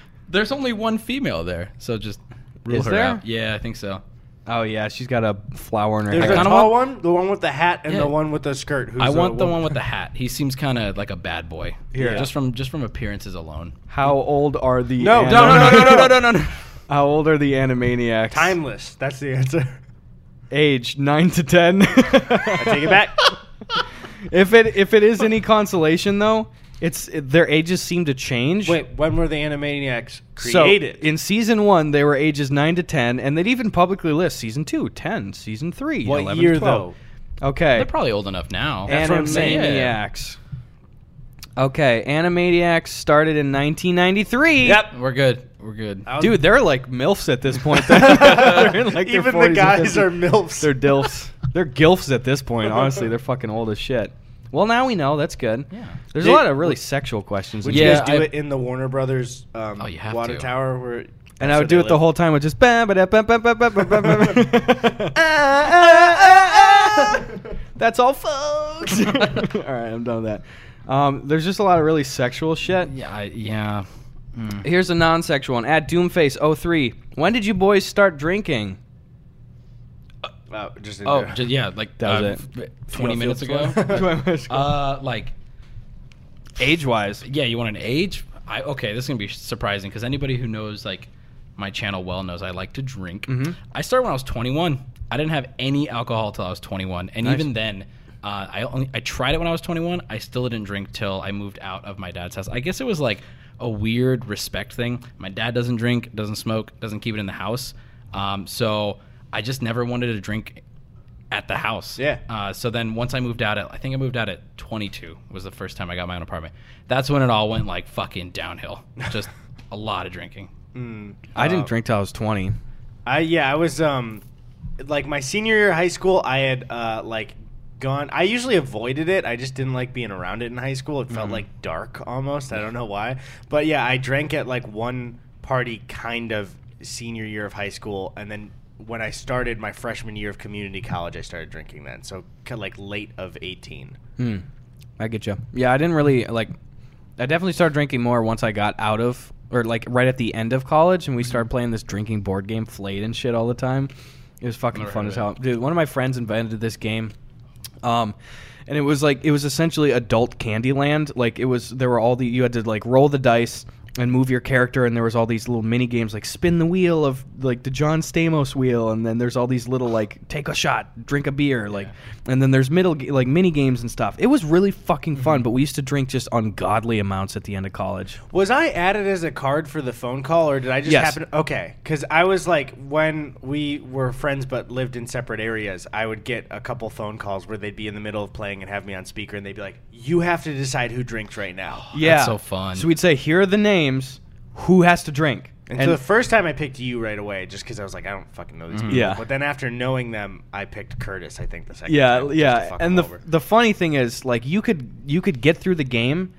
Speaker 3: There's only one female there, so just rule
Speaker 1: Is
Speaker 3: her
Speaker 1: there?
Speaker 3: out. Yeah, I think so.
Speaker 1: oh yeah, she's got a flower in her
Speaker 2: There's
Speaker 1: hair.
Speaker 2: the
Speaker 3: kinda
Speaker 2: tall one, the one with the hat, and
Speaker 3: Yeah.
Speaker 2: the one with the skirt. Who's
Speaker 3: I want the one with the hat. He seems kind of like a bad boy.
Speaker 1: Here.
Speaker 3: just from just from appearances alone.
Speaker 1: How old are the?
Speaker 2: No,
Speaker 1: anim-
Speaker 2: no, no, no, no, no, no,
Speaker 3: no, no.
Speaker 1: How old are the Animaniacs?
Speaker 2: timeless. That's the answer.
Speaker 1: age nine to ten.
Speaker 2: I take it back.
Speaker 1: If it if it is any consolation though, it's it, their ages seem to change.
Speaker 2: Wait, when were the Animaniacs
Speaker 1: So
Speaker 2: created?
Speaker 1: in season one, they were ages nine to ten, and they'd even publicly list season two, 10, season three,
Speaker 2: what
Speaker 1: 11,
Speaker 2: year
Speaker 1: 12.
Speaker 2: though?
Speaker 1: though? Okay,
Speaker 3: They're probably old enough now.
Speaker 2: That's what I'm saying.
Speaker 1: Animaniacs. Okay, Animaniacs started in 1993.
Speaker 3: We're good. We're good.
Speaker 2: I was-
Speaker 1: Dude, they're like milfs at this point. They're in, like, their
Speaker 2: even
Speaker 1: 40s
Speaker 2: the
Speaker 1: and
Speaker 2: guys
Speaker 1: 50s.
Speaker 2: are milfs.
Speaker 1: They're dilfs. They're gilfs at this point. Honestly, they're fucking old as shit. Well, now we know. That's good.
Speaker 3: Yeah.
Speaker 1: There's
Speaker 2: Did-
Speaker 1: a lot of really sexual questions. in
Speaker 2: Would
Speaker 1: here.
Speaker 2: you
Speaker 3: Yeah,
Speaker 2: guys do
Speaker 3: I-
Speaker 2: it in the Warner Brothers um,
Speaker 3: Oh, you have
Speaker 2: water
Speaker 3: to.
Speaker 2: tower? Where
Speaker 1: and I would do it the whole time with just. bam, ba-da, bam, bam, bam, bam, bam, bam, bam. That's all, folks. all right, I'm done with that. Um, there's just a lot of really sexual shit.
Speaker 3: Yeah, I, yeah. Mm.
Speaker 1: Here's a non-sexual one. At Doomface03, when did you boys start drinking?
Speaker 2: Oh, just in
Speaker 3: Oh,
Speaker 2: there.
Speaker 3: ju- yeah, like
Speaker 1: That
Speaker 3: uh,
Speaker 1: was
Speaker 3: f- twenty minutes ago. uh, like
Speaker 1: Age-wise,
Speaker 3: yeah, you want an age? I okay, this is gonna be surprising because anybody who knows like my channel well knows I like to drink. I started when I was 21. I didn't have any alcohol till I was 21, and even then, uh, I only I tried it when I was 21. I still didn't drink till I moved out of my dad's house. I guess it was like a weird respect thing. My dad doesn't drink, doesn't smoke, doesn't keep it in the house, um, so I just never wanted to drink at the house.
Speaker 2: Yeah.
Speaker 3: Uh, so then once I moved out at, I think I moved out at 22 was the first time I got my own apartment. That's when it all went like fucking downhill. Just a lot of drinking.
Speaker 1: I didn't drink till I was 20.
Speaker 2: I yeah, I was um like my senior year of high school, I had uh like gone I usually avoided it. I just didn't like being around it in high school. It felt like dark almost. I don't know why. But yeah, I drank at like one party kind of senior year of high school and then when I started my freshman year of community college, I started drinking then. So kind of like late of 18.
Speaker 1: Hmm. I get you. Yeah, I didn't really like. I definitely started drinking more once I got out of, or like right at the end of college, and we started playing this drinking board game, Flayed and shit, all the time. It was fucking
Speaker 3: Never
Speaker 1: fun
Speaker 3: heard
Speaker 1: as
Speaker 3: of
Speaker 1: hell, dude. One of my friends invented this game. Um, and it was like it was essentially adult Candyland. Like it was there were all the you had to like roll the dice and move your character, and there was all these little mini games like spin the wheel of like the John Stamos wheel, and then there's all these little like take a shot, drink a beer, like, and then there's middle ga- like mini games and stuff. It was really fucking
Speaker 3: Mm-hmm.
Speaker 1: fun, but we used to drink just ungodly amounts at the end of college.
Speaker 2: Was I added as a card for the phone call, or did I just
Speaker 1: Yes.
Speaker 2: happen? Okay, because I was like, when we were friends but lived in separate areas, I would get a couple phone calls where they'd be in the middle of playing and have me on speaker, and they'd be like, "You have to decide who drinks right now."
Speaker 1: Yeah,
Speaker 3: so fun.
Speaker 1: So we'd say here are the names, who has to drink,
Speaker 2: And, so the first time I picked you right away, just because I was like, I don't fucking know these people.
Speaker 1: Mm. Yeah.
Speaker 2: But then after knowing them, I picked Curtis. I think the second.
Speaker 1: yeah,
Speaker 2: time, just to
Speaker 1: yeah.
Speaker 2: fuck him
Speaker 1: And the
Speaker 2: over.
Speaker 1: the funny thing is, like, you could you could get through the game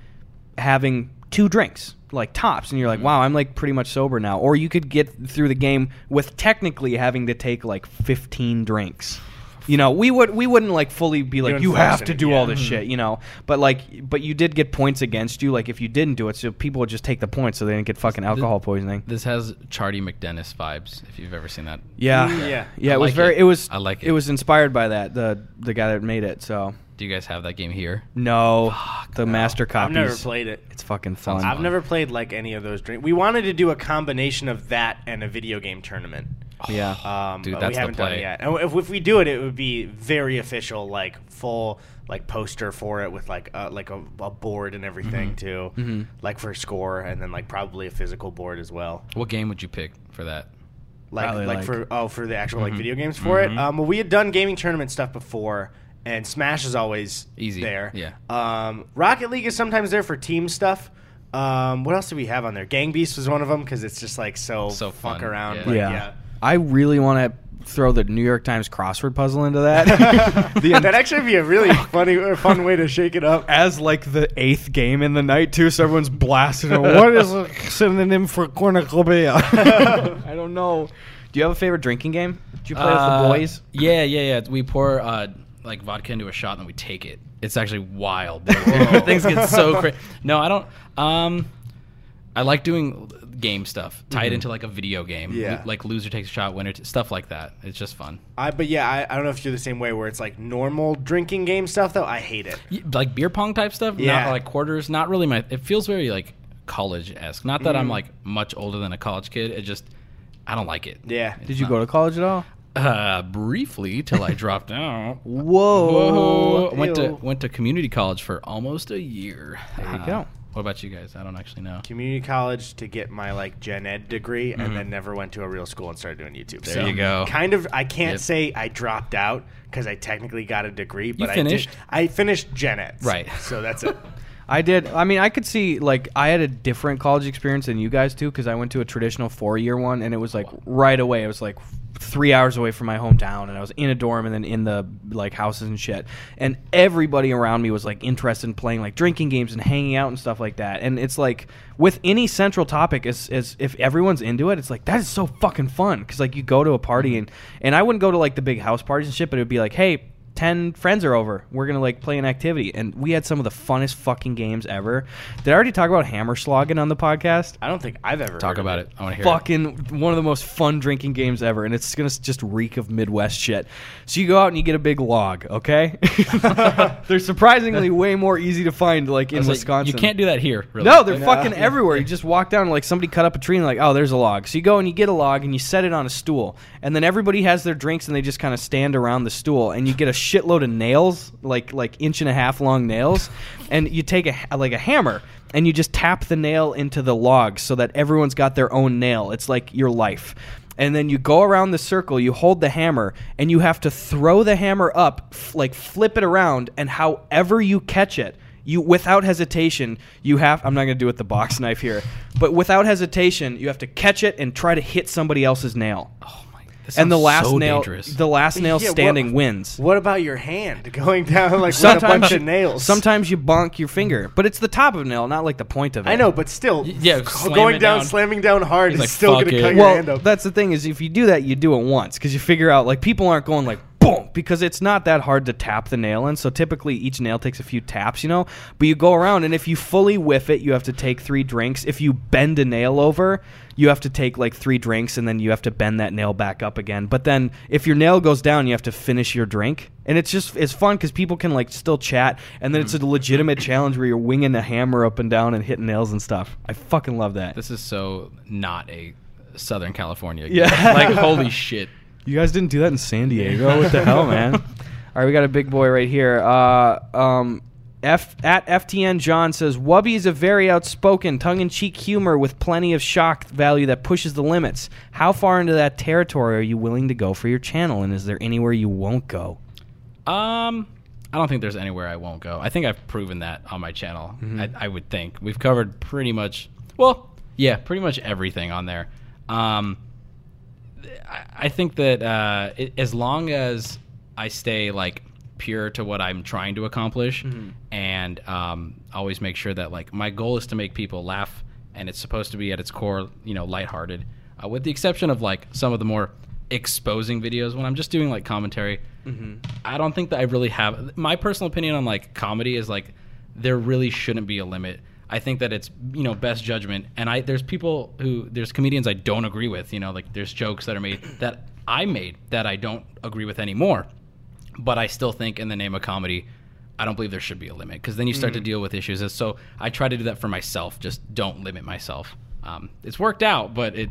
Speaker 1: having two drinks, like tops, and you're
Speaker 2: Mm-hmm.
Speaker 1: like, wow, I'm like pretty much sober now. Or you could get through the game with technically having to take like 15 drinks. You know, we would we wouldn't like fully be like
Speaker 2: You're
Speaker 1: you have to
Speaker 2: enforcing it,
Speaker 1: do all
Speaker 2: yeah. Mm-hmm.
Speaker 1: this shit, you know. But like, but you did get points against you, like if you didn't do it, so people would just take the points, so they didn't get fucking alcohol poisoning.
Speaker 3: This has Charlie McDennis vibes. If you've ever seen that,
Speaker 1: Yeah,
Speaker 2: Mm, yeah.
Speaker 1: yeah.
Speaker 3: I
Speaker 1: it was
Speaker 3: like
Speaker 1: very.
Speaker 3: it.
Speaker 1: It. was.
Speaker 3: I like it.
Speaker 1: It was inspired by that the the guy that made it. So
Speaker 3: do you guys have that game here?
Speaker 1: no, the master copies.
Speaker 2: I've never played it.
Speaker 1: It's fucking fun.
Speaker 2: I've never played like any of those drinks. We wanted to do a combination of that and a video game tournament.
Speaker 1: yeah.
Speaker 2: Um,
Speaker 3: Dude,
Speaker 2: but
Speaker 3: that's
Speaker 2: we
Speaker 3: the
Speaker 2: haven't done it
Speaker 3: play.
Speaker 2: yet. And if, if we do it, it would be very official, like full like poster for it with like uh, like a, a board and everything too,
Speaker 3: Mm-hmm.
Speaker 2: like for score, and then like probably a physical board as well.
Speaker 3: What game would you pick for that?
Speaker 2: Like
Speaker 1: Probably,
Speaker 2: like,
Speaker 1: like-
Speaker 2: for oh for the actual
Speaker 3: Mm-hmm.
Speaker 2: like video games for it. Um, well, we had done gaming tournament stuff before, and Smash is always
Speaker 3: Easy,
Speaker 2: there.
Speaker 3: yeah.
Speaker 2: Um, Rocket League is sometimes there for team stuff. Um, what else do we have on there? Gang Beast was one of them because it's just like so,
Speaker 3: So
Speaker 2: fuck
Speaker 3: fun,
Speaker 2: around.
Speaker 3: yeah.
Speaker 2: like,
Speaker 1: yeah.
Speaker 2: yeah.
Speaker 1: I really want to throw the New York Times crossword puzzle into that. The-
Speaker 2: That'd actually be a really funny, or fun way to shake it up.
Speaker 1: As like the eighth game in the night too, so everyone's blasting. it. what is a synonym for cornucopia? I don't know. Do you have a favorite drinking game? Do you play
Speaker 3: Uh,
Speaker 1: with the boys?
Speaker 3: Yeah, yeah, yeah. We pour uh, like vodka into a shot and then we take it. It's actually wild. Things get so crazy. No, I don't. Um, I like doing game stuff. Tie
Speaker 1: Mm-hmm.
Speaker 3: it into like a video game.
Speaker 2: Yeah.
Speaker 3: like loser takes a shot, winner t- stuff like that. It's just fun.
Speaker 2: I, but yeah, I, I don't know if you're the same way where it's like normal drinking game stuff though. I hate it.
Speaker 3: Y- Like beer pong type stuff.
Speaker 2: Yeah.
Speaker 3: Not like quarters. Not really my. It feels very like college esque. Not that
Speaker 1: Mm.
Speaker 3: I'm like much older than a college kid. It just I don't like it.
Speaker 2: Yeah.
Speaker 1: Did you go to college at all?
Speaker 3: Uh, briefly till I dropped out.
Speaker 1: Whoa!
Speaker 3: Whoa! Went to
Speaker 1: Ew.
Speaker 3: went to community college for almost a year. There
Speaker 1: you go.
Speaker 3: What about you guys? I don't actually know.
Speaker 2: Community college to get my like gen ed degree, and then never went to a real school and started doing YouTube. There
Speaker 3: Mm-hmm. you go.
Speaker 2: Kind of. I can't
Speaker 3: Yep.
Speaker 2: say I dropped out because I technically got a degree, but
Speaker 3: finished.
Speaker 2: I did. I finished gen eds.
Speaker 3: Right.
Speaker 2: So that's it.
Speaker 1: I did. I mean, I could see like I had a different college experience than you guys too because I went to a traditional four-year one, and it was like right away. It was like three hours away from my hometown, and I was in a dorm and then in the like houses and shit. And everybody around me was like interested in playing like drinking games and hanging out and stuff like that. And it's like with any central topic, as as if everyone's into it, it's like that is so fucking fun because like you go to a party and and I wouldn't go to like the big house parties and shit, but it would be like, hey. 10 friends are over. We're going to like play an activity. And we had some of the funnest fucking games ever. Did I already talk about hammer slogging on the podcast?
Speaker 2: I don't think I've ever
Speaker 3: Talk
Speaker 2: heard of
Speaker 3: about it. I want to hear. It.
Speaker 1: Fucking one of the most fun drinking games ever, and it's gonna s- just reek of Midwest shit. So you go out and you get a big log, okay? they're surprisingly way more easy to find, like in
Speaker 3: It's like,
Speaker 1: Wisconsin.
Speaker 3: you can't do that here. Really.
Speaker 1: No, they're fucking everywhere. You just walk down, like somebody cut up a tree, and like, oh, there's a log. So you go and you get a log and you set it on a stool, and then everybody has their drinks and they just kind of stand around the stool, and you get a shitload of nails, like like inch and a half long nails, and you take a ha- like a hammer and you just tap the nail into the log so that everyone's got their own nail. It's like your life. And then you go around the circle, you hold the hammer, and you have to throw the hammer up, f- like flip it around, and however you catch it, you without hesitation you have i'm not going to do it with the box knife here but without hesitation you have to catch it and try to hit somebody else's nail
Speaker 3: Oh my. This
Speaker 1: and the
Speaker 3: sounds
Speaker 1: last
Speaker 3: so
Speaker 1: nail
Speaker 3: dangerous.
Speaker 1: the last nail
Speaker 2: Yeah, what-
Speaker 1: standing wins
Speaker 2: it. What about your hand going down like with a
Speaker 1: sometimes
Speaker 2: bunch
Speaker 1: you,
Speaker 2: of nails?
Speaker 1: sometimes you bonk your finger but it's the top of a nail not like the point of it
Speaker 2: I know, but still,
Speaker 3: yeah,
Speaker 2: c-
Speaker 3: slam
Speaker 2: going
Speaker 3: it
Speaker 2: down,
Speaker 3: down.
Speaker 2: slamming down hard is
Speaker 3: like,
Speaker 2: still
Speaker 3: "Fuck
Speaker 2: going to
Speaker 3: it."
Speaker 2: cut your hand
Speaker 1: well
Speaker 2: up.
Speaker 1: that's the thing is if you do that you do it once because you figure out like people aren't going like boom, because it's not that hard to tap the nail in. So typically each nail takes a few taps, you know. But you go around, and if you fully whiff it, you have to take three drinks. If you bend a nail over, you have to take like three drinks, and then you have to bend that nail back up again. But then if your nail goes down, you have to finish your drink. And it's just it's fun because people can like still chat, and then it's a legitimate challenge where you're winging a hammer up and down and hitting nails and stuff. I fucking love that.
Speaker 3: This is so not a Southern California.
Speaker 1: Yeah.
Speaker 3: game. like holy shit.
Speaker 1: You guys didn't do that in San Diego. What the hell, man? All right, we got a big boy right here. Uh, um, F at FTN John says Wubby is a very outspoken, tongue-in-cheek humor with plenty of shock value that pushes the limits. How far into that territory are you willing to go for your channel, and is there anywhere you won't go?
Speaker 3: Um, I don't think there's anywhere I won't go. I think I've proven that on my channel.
Speaker 1: Mm-hmm.
Speaker 3: I, I would think we've covered pretty much. Well, yeah, pretty much everything on there. Um, I, I think that uh, i as long as I stay like pure to what I'm trying to accomplish, and um, always make sure that like my goal is to make people laugh, and it's supposed to be at its core, you know, lighthearted. Uh, with the exception of like some of the more exposing videos when I'm just doing like commentary, I don't think that I really have my personal opinion on like comedy is like there really shouldn't be a limit. I think that it's you know best judgment, and I there's people who there's comedians I don't agree with. You know, like there's jokes that are made that I made that I don't agree with anymore, but I still think in the name of comedy, I don't believe there should be a limit because then you start to deal with issues. And so I try to do that for myself. Just don't limit myself. Um, it's worked out, but it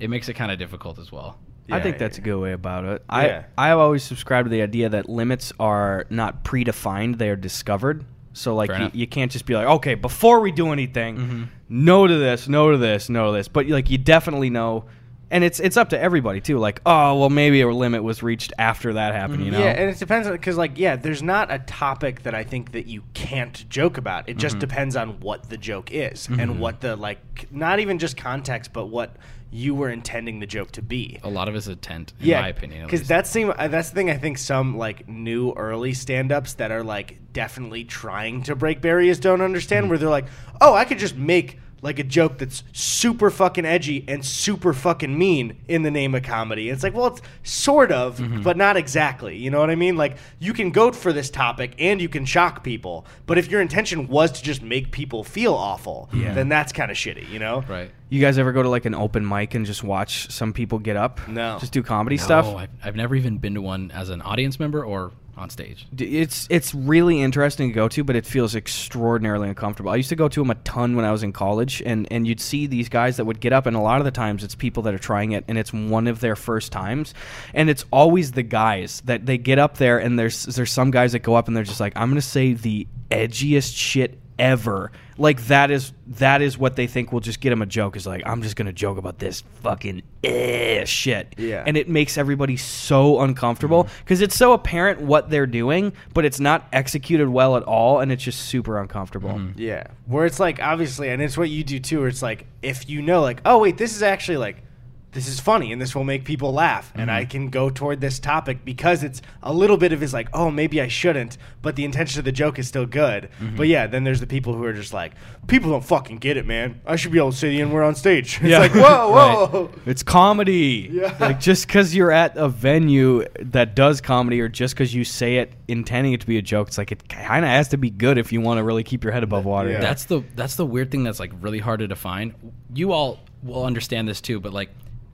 Speaker 3: it makes it kind of difficult as well.
Speaker 1: I
Speaker 2: Yeah,
Speaker 1: think
Speaker 2: yeah,
Speaker 1: that's a good way about it.
Speaker 2: Yeah.
Speaker 1: I I've always subscribed to the idea that limits are not predefined; they are discovered. So like
Speaker 3: Fair
Speaker 1: you,
Speaker 3: enough.
Speaker 1: you can't just be like, okay, before we do anything,
Speaker 2: Mm-hmm.
Speaker 1: no to this, no to this, no to this. But like you definitely know, and it's it's up to everybody too. Like oh well, maybe a limit was reached after that happened. You know,
Speaker 2: Mm-hmm. Yeah, and it depends because, like, yeah, there's not a topic that I think that you can't joke about. It just
Speaker 3: Mm-hmm.
Speaker 2: depends on what the joke is and what the like, not even just context, but what you were intending the joke to be.
Speaker 3: A lot of it's intent, in my opinion. at
Speaker 2: Because
Speaker 3: least.
Speaker 2: that's thing, uh, that's the thing. I think some like new early stand-ups that are like definitely trying to break barriers don't understand
Speaker 3: Hmm.
Speaker 2: where they're like, oh, I could just make like a joke that's super fucking edgy and super fucking mean in the name of comedy. It's like, well, it's sort of,
Speaker 3: Mm-hmm.
Speaker 2: but not exactly. You know what I mean? Like you can go for this topic and you can shock people, but if your intention was to just make people feel awful, then that's kind of shitty. You know?
Speaker 3: right.
Speaker 1: you guys ever go to like an open mic and just watch some people get up?
Speaker 2: No.
Speaker 1: just do comedy
Speaker 3: No,
Speaker 1: stuff.
Speaker 3: I've, I've never even been to one as an audience member or on stage.
Speaker 1: D- it's it's really interesting to go to, but it feels extraordinarily uncomfortable. I used to go to them a ton when I was in college, and and you'd see these guys that would get up, and a lot of the times it's people that are trying it, and it's one of their first times, and it's always the guys that they get up there, and there's there's some guys that go up and they're just like, I'm gonna say the edgiest shit ever. Like that is that is what they think will just get them a joke. Is like I'm just gonna joke about this fucking eh, shit.
Speaker 2: Yeah.
Speaker 1: and it makes everybody so uncomfortable because it's so apparent what they're doing, but it's not executed well at all, and it's just super uncomfortable.
Speaker 2: Yeah. Where it's like obviously and it's what you do too, where it's like if you know like, oh wait, this is actually like this is funny and this will make people laugh and I can go toward this topic because it's a little bit of is like, oh maybe I shouldn't, but the intention of the joke is still good. But yeah, then there's the people who are just like, People don't fucking get it, man. I should be able to say the N word on stage. It's
Speaker 1: Yeah.
Speaker 2: like, whoa, whoa.
Speaker 1: It's comedy. Like just because you're at a venue that does comedy, or just because you say it intending it to be a joke, it's like it kind of has to be good if you want to really keep your head above water.
Speaker 2: Yeah.
Speaker 3: That's the that's the weird thing that's like really hard to define. You all will understand this too, but like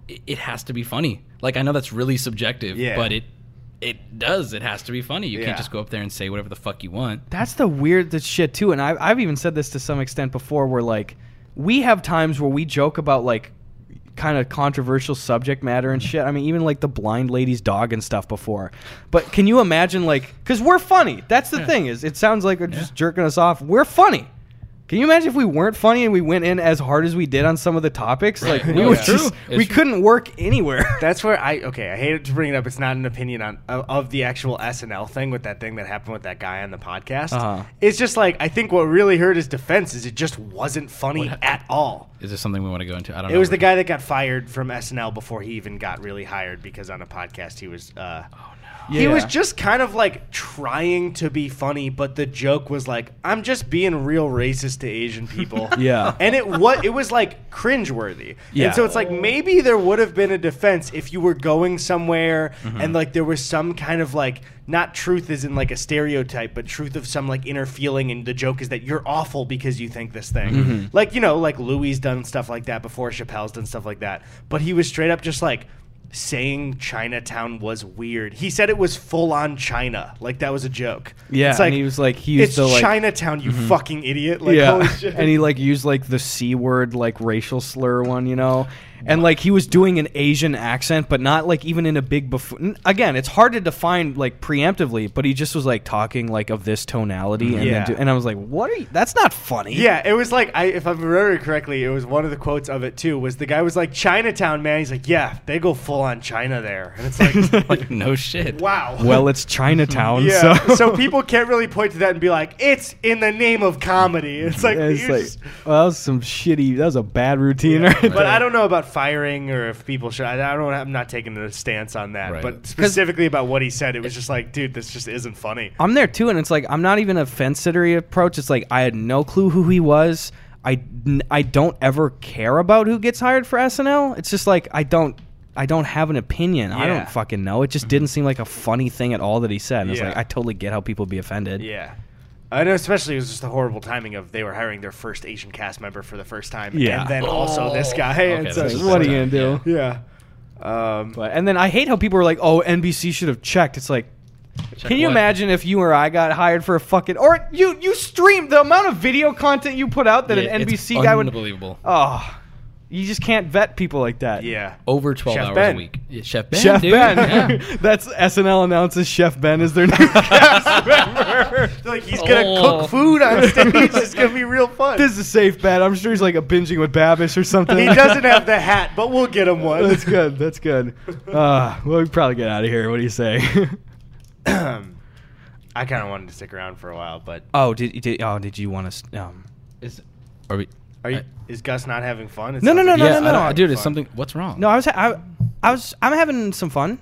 Speaker 3: it, it has to be funny. Like I know that's really subjective,
Speaker 2: Yeah.
Speaker 3: but it it does. It has to be funny. You
Speaker 2: Yeah.
Speaker 3: can't just go up there and say whatever the fuck you want.
Speaker 1: That's the weird the shit too, and I've I've even said this to some extent before, where like we have times where we joke about like kind of controversial subject matter and shit. I mean, even like the blind lady's dog and stuff before. But can you imagine like because we're funny? That's the thing is, it sounds like they're just jerking us off. We're funny. Can you imagine if we weren't funny and we went in as hard as we did on some of the topics? Like we
Speaker 3: No,
Speaker 1: would
Speaker 3: it's
Speaker 1: just
Speaker 3: Oh, true. It's
Speaker 1: we
Speaker 3: true.
Speaker 1: couldn't work anywhere.
Speaker 2: That's where I okay. I hated to bring it up. It's not an opinion on of, of the actual SNL thing with that thing that happened with that guy on the podcast.
Speaker 1: Uh-huh.
Speaker 2: It's just like I think what really hurt his defense is it just wasn't funny at all.
Speaker 3: Is there something we want to go into? I don't know.
Speaker 2: It was the guy that got fired from SNL before he even got really hired because on a podcast he was. Uh, oh no. He
Speaker 1: Yeah.
Speaker 2: was just kind of like trying to be funny, but the joke was like, "I'm just being real racist to Asian people."
Speaker 1: Yeah.
Speaker 2: and it what it was like cringeworthy.
Speaker 1: Yeah.
Speaker 2: and so it's like maybe there would have been a defense if you were going somewhere
Speaker 1: Mm-hmm.
Speaker 2: and like there was some kind of like not truth is in like a stereotype, but truth of some like inner feeling, and the joke is that you're awful because you think this thing.
Speaker 1: Mm-hmm.
Speaker 2: Like you know, like Louis done stuff like that before, Chappelle's done stuff like that, but he was straight up just like saying Chinatown was weird. He said it was full on China, like that was a joke.
Speaker 1: Yeah,
Speaker 2: it's like,
Speaker 1: and he was like, he used
Speaker 2: it's
Speaker 1: the, like- Mm-hmm.
Speaker 2: Chinatown, you fucking idiot. Like, holy shit.
Speaker 1: and he like used like the c word, like racial slur one, you know, and like he was doing an Asian accent, but not like even in a big before. Again, it's hard to define like preemptively, but he just was like talking like of this tonality, and
Speaker 2: Yeah.
Speaker 1: then do- and I was like, what are you? That's not funny.
Speaker 2: Yeah, it was like I, if I'm remembering correctly, it was one of the quotes of it too. Was the guy was like Chinatown man? He's like, yeah, they go full on China there, and it's like,
Speaker 3: like no shit.
Speaker 2: wow.
Speaker 1: Well, it's Chinatown,
Speaker 2: yeah.
Speaker 1: so
Speaker 2: So. people can't really point to that and be like, it's in the name of comedy. It's like,
Speaker 1: it's
Speaker 2: you
Speaker 1: like
Speaker 2: just-
Speaker 1: well, that was some shitty. That was a bad routine, right?
Speaker 2: but I don't know about firing or if people should. I I don't. I'm not taking a stance on that.
Speaker 3: Right.
Speaker 2: But specifically about what he said, it was just like, dude, this just isn't funny.
Speaker 1: I'm there too, and it's like I'm not even a fence sittery approach. It's like I had no clue who he was. I, n- I don't ever care about who gets hired for SNL. It's just like I don't I don't have an opinion. I
Speaker 2: Yeah.
Speaker 1: don't fucking know. It just didn't seem like a funny thing at all that he said. And it's
Speaker 2: Yeah.
Speaker 1: like I totally get how people be offended.
Speaker 2: Yeah. I know, especially it was just the horrible timing of they were hiring their first Asian cast member for the first time,
Speaker 1: Yeah.
Speaker 2: and then also
Speaker 1: Oh.
Speaker 2: this guy. and
Speaker 3: Okay,
Speaker 2: so
Speaker 1: It's like,
Speaker 2: it's
Speaker 3: that's just
Speaker 1: what are
Speaker 2: like,
Speaker 1: you gonna
Speaker 3: fucked
Speaker 1: do?
Speaker 3: up.
Speaker 2: yeah. Um,
Speaker 1: But and then I hate how people are like, oh, NBC should have checked. It's like. Can you
Speaker 3: what?
Speaker 1: imagine if you or I got hired for a fucking or you you stream the amount of video content you put out that
Speaker 3: Yeah,
Speaker 1: an
Speaker 3: it's
Speaker 1: NBC guy would
Speaker 3: unbelievable.
Speaker 1: Oh, you just can't vet people like that.
Speaker 2: yeah.
Speaker 3: Over twelve
Speaker 2: Chef
Speaker 3: hours
Speaker 2: Ben.
Speaker 3: a week. Yeah, Chef Ben.
Speaker 1: Chef
Speaker 3: dude.
Speaker 1: Ben.
Speaker 3: Yeah.
Speaker 1: That's SNL announces Chef Ben is their new cast member.
Speaker 2: They're like he's gonna
Speaker 3: Oh.
Speaker 2: cook food on stage. it's gonna be real fun.
Speaker 1: This is a safe bet. I'm sure he's like a binging with Babish or something.
Speaker 2: he doesn't have the hat, but we'll get him one.
Speaker 1: That's good. That's good. Uh, well, we probably get out of here. What do you say?
Speaker 2: I kind of wanted to stick around for a while, but
Speaker 1: oh, did, did oh did you want to? Um,
Speaker 3: Is, are we?
Speaker 2: are you, is Gus not having fun? It
Speaker 1: No, no,
Speaker 2: sounds
Speaker 1: no,
Speaker 2: like
Speaker 1: no,
Speaker 2: he's
Speaker 3: yeah,
Speaker 1: no,
Speaker 3: I
Speaker 1: no.
Speaker 3: don't- dude, it's
Speaker 2: Fun.
Speaker 3: something. What's wrong?
Speaker 1: no, I was I, I was I'm having some fun.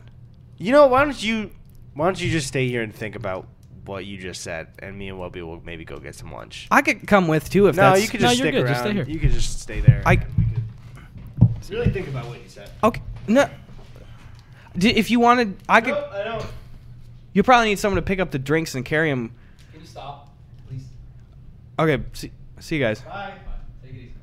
Speaker 2: You know, why don't you why don't you just stay here and think about what you just said, and me and Webby will maybe go get some lunch.
Speaker 1: I could come with too if
Speaker 2: No,
Speaker 1: that's
Speaker 2: you could
Speaker 3: No,
Speaker 2: just
Speaker 3: you're
Speaker 2: stick
Speaker 3: good.
Speaker 2: around.
Speaker 3: Just stay here.
Speaker 2: You could just stay there.
Speaker 1: I-
Speaker 2: and we could really think about what you said.
Speaker 1: okay. No, D- if you wanted, I could.
Speaker 2: I don't.
Speaker 1: You probably need someone to pick up the drinks and carry them.
Speaker 3: Can you stop, please?
Speaker 1: Okay. See, see you guys.
Speaker 2: Bye.
Speaker 3: Take it easy.